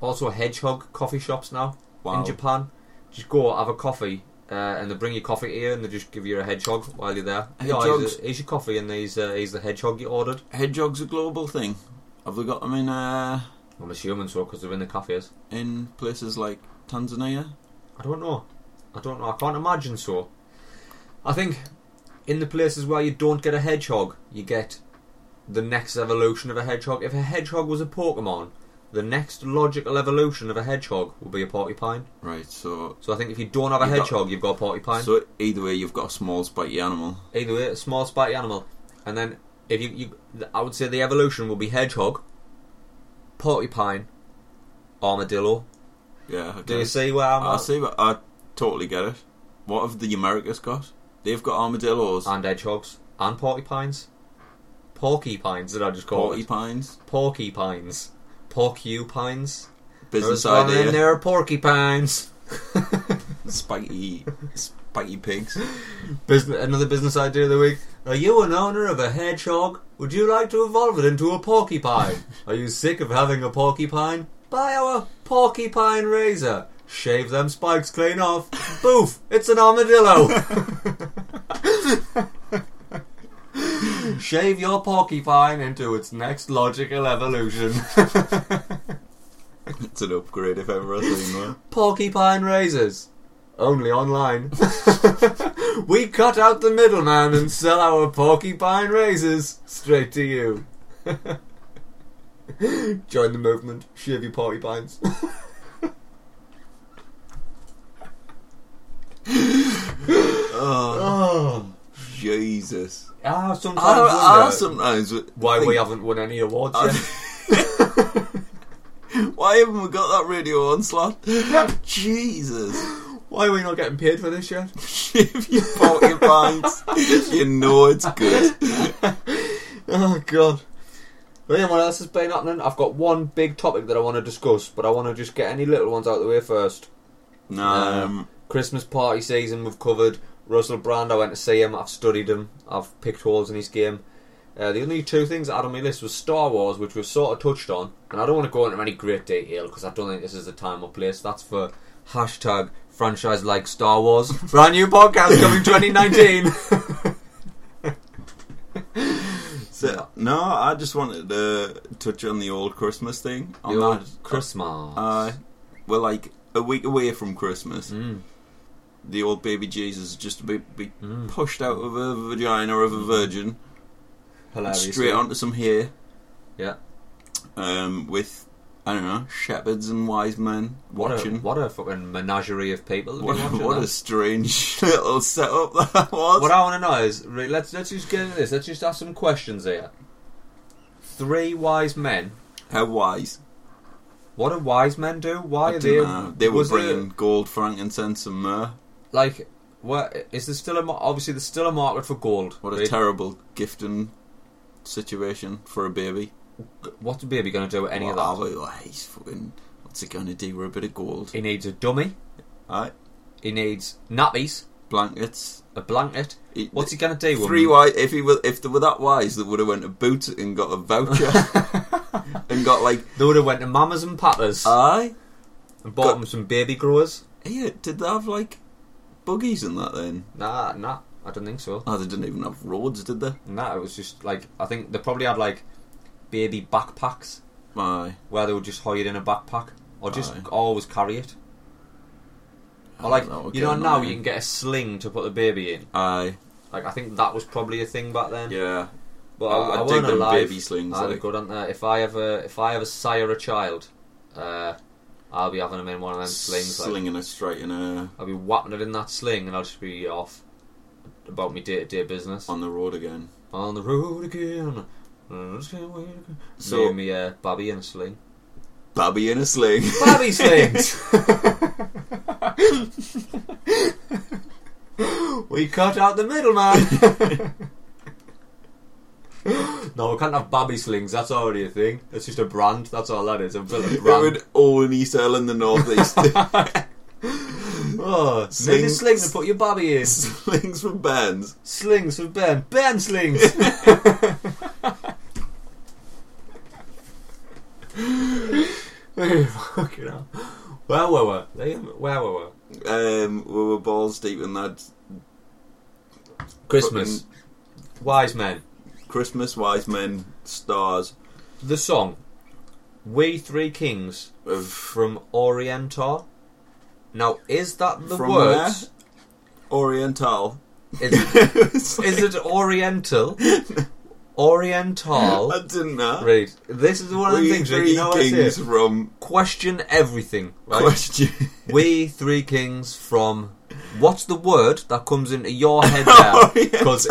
S1: also hedgehog coffee shops now
S2: Wow.
S1: in Japan. Just go have a coffee uh, and they bring your coffee here and they just give you a hedgehog while you're there. Yeah,
S2: Hedgehogs.
S1: here's, here's your coffee and here's, uh, here's the hedgehog you ordered.
S2: Hedgehogs a global thing. Have we got them in uh,
S1: I'm assuming so because they're in the cafes.
S2: in places like Tanzania?
S1: I don't know. I don't know. I can't imagine so. I think in the places where you don't get a hedgehog, you get the next evolution of a hedgehog. If a hedgehog was a Pokemon, the next logical evolution of a hedgehog would be a porcupine.
S2: Right. So
S1: So I think if you don't have a
S2: You've got-
S1: hedgehog, you've got a porcupine.
S2: so either way, you've got a small spiky animal.
S1: Either way, a small spotty animal, and then if you, you, th- I would say the evolution will be hedgehog, porcupine, armadillo.
S2: Yeah. I
S1: Do you
S2: guess.
S1: see where I'm
S2: I
S1: at?
S2: see, but I totally get it. What have the Americas got? They've got armadillos,
S1: And hedgehogs and porcupines, porcupines. Did I just call it?
S2: porcupines,
S1: porcupines, porcupines.
S2: business
S1: There's one in
S2: idea,
S1: there are porcupines.
S2: spiky, spiky pigs.
S1: Business, another business idea of the week. Are you an owner of a hedgehog? Would you like to evolve it into a porcupine? Are you sick of having a porcupine? Buy our porcupine razor. Shave them spikes clean off. Boof! It's an armadillo. Shave your porcupine into its next logical evolution.
S2: It's an upgrade if ever I've seen one.
S1: Porcupine razors. Only online. we cut out the middleman and sell our porcupine razors straight to you. Join the movement. Shave your porcupines.
S2: Oh,
S1: Oh.
S2: Jesus!
S1: Ah, Ah. sometimes
S2: I, I
S1: wonder
S2: sometimes w-
S1: why
S2: think-
S1: we haven't won any awards
S2: I-
S1: yet.
S2: Why haven't we got that radio on slot? Jesus!
S1: Why are we not getting paid for this yet?
S2: Shave your porcupines. you know it's good.
S1: Oh god. But anyone else has been happening? I've got one big topic that I want to discuss, but I want to just get any little ones out of the way first.
S2: Um,
S1: Christmas party season we've covered. Russell Brand, I went to see him. I've studied him. I've picked holes in his game. Uh, the only two things I had on my list was Star Wars, which we've sort of touched on, and I don't want to go into any great detail because I don't think this is the time or place. That's for hashtag franchise like Star Wars for our new podcast coming 2019.
S2: so, no, I just wanted to touch on the old Christmas thing. On
S1: Your
S2: that,
S1: Christmas.
S2: Uh, we're like a week away from Christmas.
S1: Mm.
S2: The old baby Jesus is just to be, be
S1: Mm.
S2: pushed out of a vagina of a virgin
S1: Hilariously.
S2: straight onto some hair.
S1: Yeah.
S2: Um, with I don't know shepherds and wise men
S1: What a,
S2: watching.
S1: what a fucking menagerie of people. to be
S2: What,
S1: watching
S2: what
S1: that.
S2: a strange little setup that was.
S1: What I want to know is, right, let's let's just get into this. Let's just ask some questions here. Three wise men.
S2: How wise?
S1: What do wise men do?
S2: I
S1: Why are
S2: don't
S1: they?
S2: know. They were
S1: was there-
S2: bringing gold, frankincense, and myrrh.
S1: like, what is there still a mar- obviously there's still a market for gold.
S2: What a
S1: right?
S2: terrible gifting situation for a baby.
S1: What's a baby going to do with any
S2: Well,
S1: of that?
S2: I'll be like, he's fucking. What's it going to do with a bit of gold?
S1: He needs a dummy.
S2: Aye.
S1: He needs nappies,
S2: Blankets.
S1: a blanket.
S2: It-
S1: What's he going to do? with
S2: Three
S1: them?
S2: wise. If he were, if they were that wise, they would have went to Boots and got a voucher and got like,
S1: They would have went to mamas and papas
S2: aye.
S1: and bought
S2: got-
S1: them some baby growers.
S2: Yeah, did they have like buggies and that then?
S1: Nah, nah, I don't think so.
S2: Oh, they didn't even have roads, did they?
S1: Nah, it was just like I think they probably had like baby backpacks.
S2: Aye.
S1: where they would just hide in a backpack or just
S2: Aye.
S1: always carry it.
S2: Oh,
S1: Or like
S2: that would
S1: you
S2: get
S1: know now
S2: annoying.
S1: you can get a sling to put the baby in.
S2: Aye.
S1: Like I think that was probably a thing back then.
S2: Yeah.
S1: But I,
S2: I-
S1: I,
S2: I dig
S1: weren't
S2: them
S1: alive.
S2: baby slings,
S1: I'd
S2: like.
S1: go down there. If I ever if I ever sire a child, uh, I'll be having him in one of them slings. Like,
S2: Slinging it straight in a
S1: I'll be whapping it in that sling, and I'll just be off about my day to day business on,
S2: on the road again.
S1: the road again. I just can't wait again.
S2: So-
S1: me and me uh, babby in a sling.
S2: Babby in a sling.
S1: Babby slings. we cut out the middleman. no, we can't have babby slings. That's already a thing. It's just a brand. That's all that is. A villa
S2: it
S1: brand.
S2: would only sell in the northeast.
S1: oh, slings.
S2: Slings.
S1: slings to put your babby in.
S2: Slings from bands.
S1: Slings for Ben. Ben slings. Fucking hell. Where were we? Liam? Where were we?
S2: um, we were balls deep in that
S1: Christmas. Wise Men.
S2: fucking Christmas wise men stars
S1: The song. We Three Kings
S2: of
S1: from Oriental. Now, is that the
S2: From
S1: word?
S2: Oriental.
S1: Is, is
S2: It's like-
S1: it Oriental? Oriental.
S2: I didn't know.
S1: Right. This is one of the
S2: We
S1: things, Rick,
S2: three
S1: you know what I
S2: kings
S1: say?
S2: from
S1: Question everything, right?
S2: question.
S1: we three kings from what's the word that comes into your head now? Because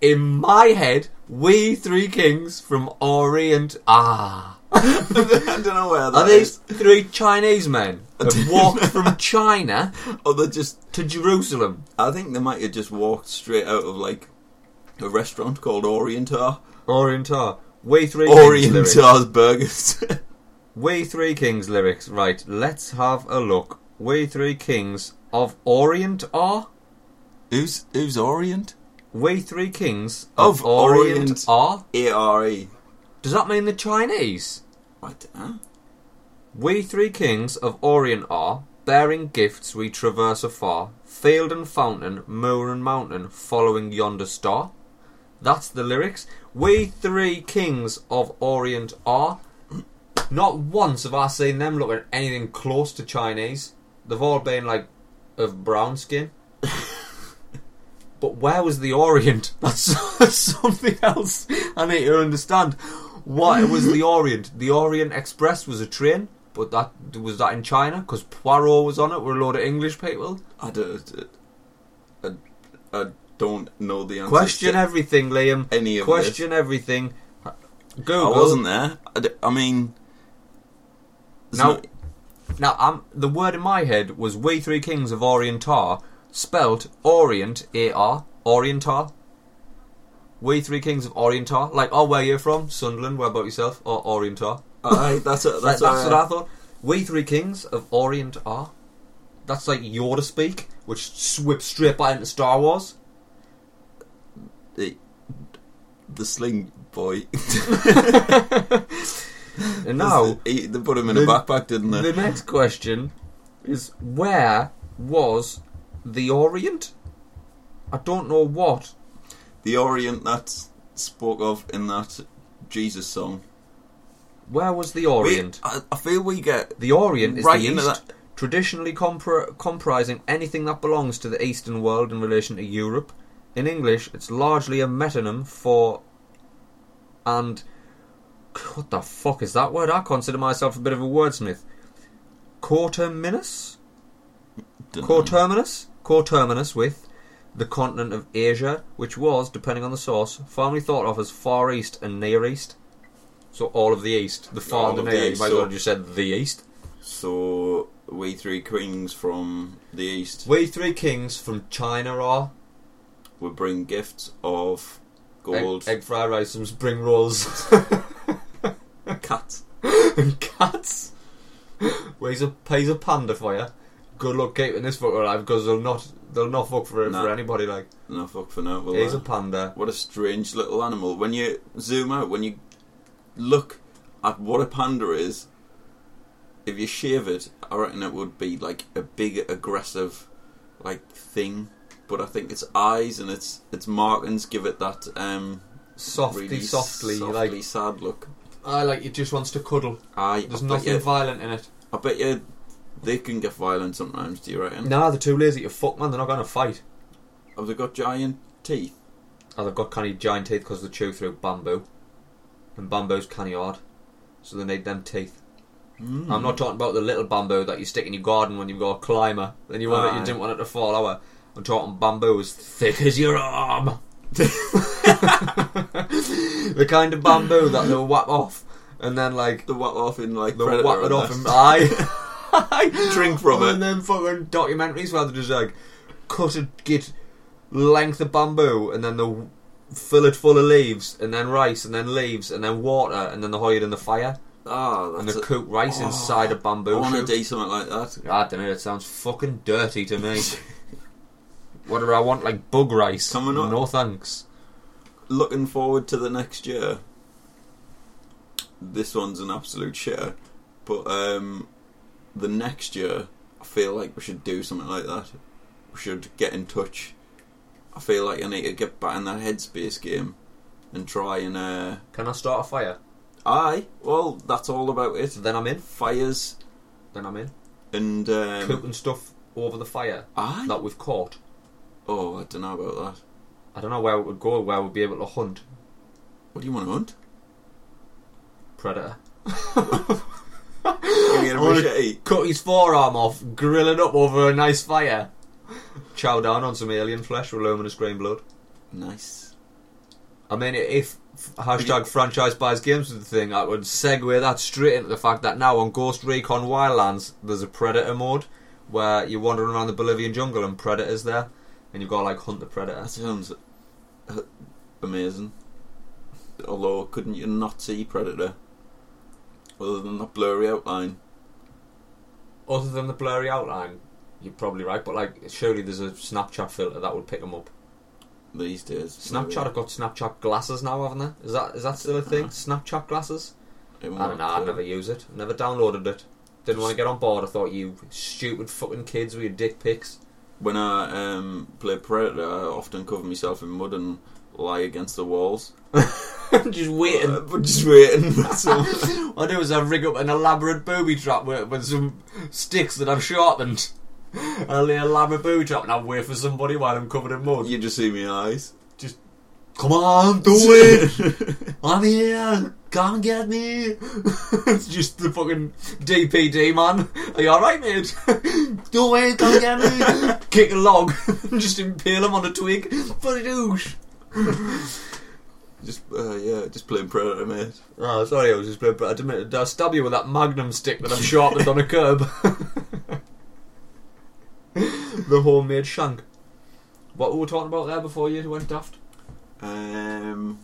S1: in my head, we three kings from Orient. Ah,
S2: I don't know where that
S1: are these
S2: is.
S1: three Chinese men
S2: don't
S1: that walked from China
S2: Or they just.
S1: to Jerusalem?
S2: I think they might have just walked straight out of like a restaurant called Orientar.
S1: Orientar. We three kings. lyrics.
S2: Orientar's Burgers.
S1: We three kings lyrics. Right, let's have a look. We three kings of Orient are.
S2: who's who's Orient?
S1: We three kings
S2: Of
S1: of, Orient,
S2: Orient.
S1: are.
S2: A R E.
S1: Does that mean the Chinese?
S2: What? Huh?
S1: We three kings of Orient are, bearing gifts we traverse afar, field and fountain, moor and mountain, following yonder star. That's the lyrics. We three kings of Orient are. Not once have I seen them look at anything close to Chinese. They've all been like of brown skin. but where was the Orient? That's, that's something else I need to understand. Why was the Orient? The Orient Express was a train, but that was that in China because Poirot was on it. We're a load of English people.
S2: I don't. I, I don't know the answer.
S1: Question
S2: to
S1: everything, Liam.
S2: any of this.
S1: Question everything.
S2: I
S1: Google.
S2: wasn't there. I, d- I mean, it's
S1: Now-
S2: not-
S1: Now, um, the word in my head was "We Three Kings of Orientar," spelt Orient A R Orientar. We Three Kings of Orientar, like oh, where you from? Sunderland. Where about yourself? Or Orientar?
S2: aye, that's a,
S1: That's,
S2: that's,
S1: that's
S2: a,
S1: what I thought. We Three Kings of Orient are. That's like Yoda speak, which swips straight by into Star Wars.
S2: the, the sling boy.
S1: And now
S2: he, they put him in a
S1: The-
S2: backpack, didn't they?
S1: the next question is where was the Orient? I don't know what
S2: the Orient that's spoke of in that Jesus song.
S1: Where was the Orient?
S2: We, I, I feel we get
S1: the Orient is
S2: right
S1: the
S2: into
S1: East,
S2: that.
S1: traditionally compr- comprising anything that belongs to the Eastern world in relation to Europe. In English, it's largely a metonym for and what the fuck is that word? I consider myself a bit of a wordsmith. Coterminous,
S2: Dunno.
S1: coterminous, coterminous with the continent of Asia, which was, depending on the source, formerly thought of as Far East and Near East. So all of the East, the far,
S2: All
S1: the
S2: of
S1: near.
S2: the
S1: you
S2: East,
S1: might
S2: so-
S1: as well just said the East.
S2: So we three kings from the east
S1: We three kings from China are
S2: would bring gifts of
S1: egg,
S2: gold,
S1: egg fried rice, some spring rolls,
S2: cats.
S1: and cats. Weighs a pays a panda for you. Good luck keeping this fucker alive because they'll not they'll not fuck for it
S2: Nah. uh,
S1: for anybody. Like
S2: No fuck for now. will
S1: he's a
S2: I?
S1: panda.
S2: What a strange little animal. When you zoom out, when you look at what a panda is, if you shave it, I reckon it would be like a big aggressive like thing. But I think its eyes and its its markings give it that um
S1: Softly,
S2: really
S1: softly,
S2: softly
S1: like
S2: sad look.
S1: I like. It just wants to cuddle.
S2: Aye,
S1: There's
S2: I
S1: nothing
S2: bet you,
S1: violent in it.
S2: I bet you they can get violent sometimes, do you reckon?
S1: Nah, they're too lazy to fuck, man. They're not going to fight.
S2: Have they got giant teeth?
S1: Oh, they've got canny giant teeth because they chew through bamboo, and bamboo's canny hard, so they need them teeth.
S2: Mm.
S1: I'm not talking about the little bamboo that you stick in your garden when you've got a climber and you want it,
S2: Aye.
S1: you didn't want it to fall over. I'm talking bamboo as thick as your arm. the kind of bamboo that they'll whap off and then like
S2: They whap off in like
S1: they'll
S2: predator
S1: whap it off
S2: nests.
S1: and I
S2: Drink from
S1: and
S2: it.
S1: then fucking documentaries where they just like cut a get length of bamboo and then they'll fill it full of leaves and then rice and then leaves and then water and then they'll hide it in the fire
S2: Ah,
S1: and
S2: that's
S1: they'll
S2: a-
S1: cook rice
S2: Oh,
S1: inside a bamboo
S2: I want
S1: shoot.
S2: to do something like that.
S1: I don't know. It sounds fucking dirty to me. what do I want? Like bug rice?
S2: Coming up.
S1: No thanks.
S2: Looking forward to the next year. This one's an absolute shitter, but um, the next year, I feel like we should do something like that. We should get in touch. I feel like I need to get back in that headspace game and try and. Uh,
S1: Can I start a fire?
S2: aye, well, that's all about it.
S1: Then I'm in.
S2: Fires
S1: Then I'm in.
S2: and. Um,
S1: Cooking stuff over the fire
S2: Aye.
S1: that we've caught.
S2: Oh, I don't know about that.
S1: I don't know where it would go, where we'd be able to hunt
S2: What do you want to hunt?
S1: predator.
S2: Give me a
S1: wanna-
S2: machete.
S1: Cut his forearm off, grill it up over a nice fire. Chow down on some alien flesh with luminous green blood.
S2: Nice.
S1: I mean, if f- hashtag franchise buys games was the thing, I would segue that straight into the fact that now on Ghost Recon Wildlands, there's a predator mode where you're wandering around the Bolivian jungle and predators there, and you've got to like hunt the predator.
S2: That sounds uh, amazing. Although, couldn't you not see Predator? Other than that blurry outline.
S1: Other than the blurry outline, you're probably right, but like surely there's a Snapchat filter that would pick them up.
S2: these days.
S1: Snapchat have got Snapchat glasses now, haven't they? Is that is that still a thing? Snapchat glasses?
S2: It won't
S1: I don't know. I
S2: work.
S1: never use it. Never downloaded it. Didn't want to get on board. I thought you stupid fucking kids with your dick pics.
S2: When I um, play Predator, I often cover myself in mud and lie against the walls.
S1: Just waiting.
S2: Uh, but just waiting. for someone-
S1: What I do is I rig up an elaborate booby trap with, with some sticks that I've sharpened. I lay an elaborate booby trap and I wait for somebody while I'm covered in mud.
S2: you just see me eyes.
S1: Come on, do it! I'm here! Come and get me! it's just the fucking DPD man. Are you alright, mate? do it! Come and get me! Kick a log and just impale him on a twig. Bloody douche!
S2: just uh, yeah, just playing Predator, mate.
S1: Oh, sorry, I was just playing, but I didn't mean to- I'll stab you with that magnum stick that I've sharpened on a curb. the homemade shank. What were we talking about there before you went daft?
S2: Um,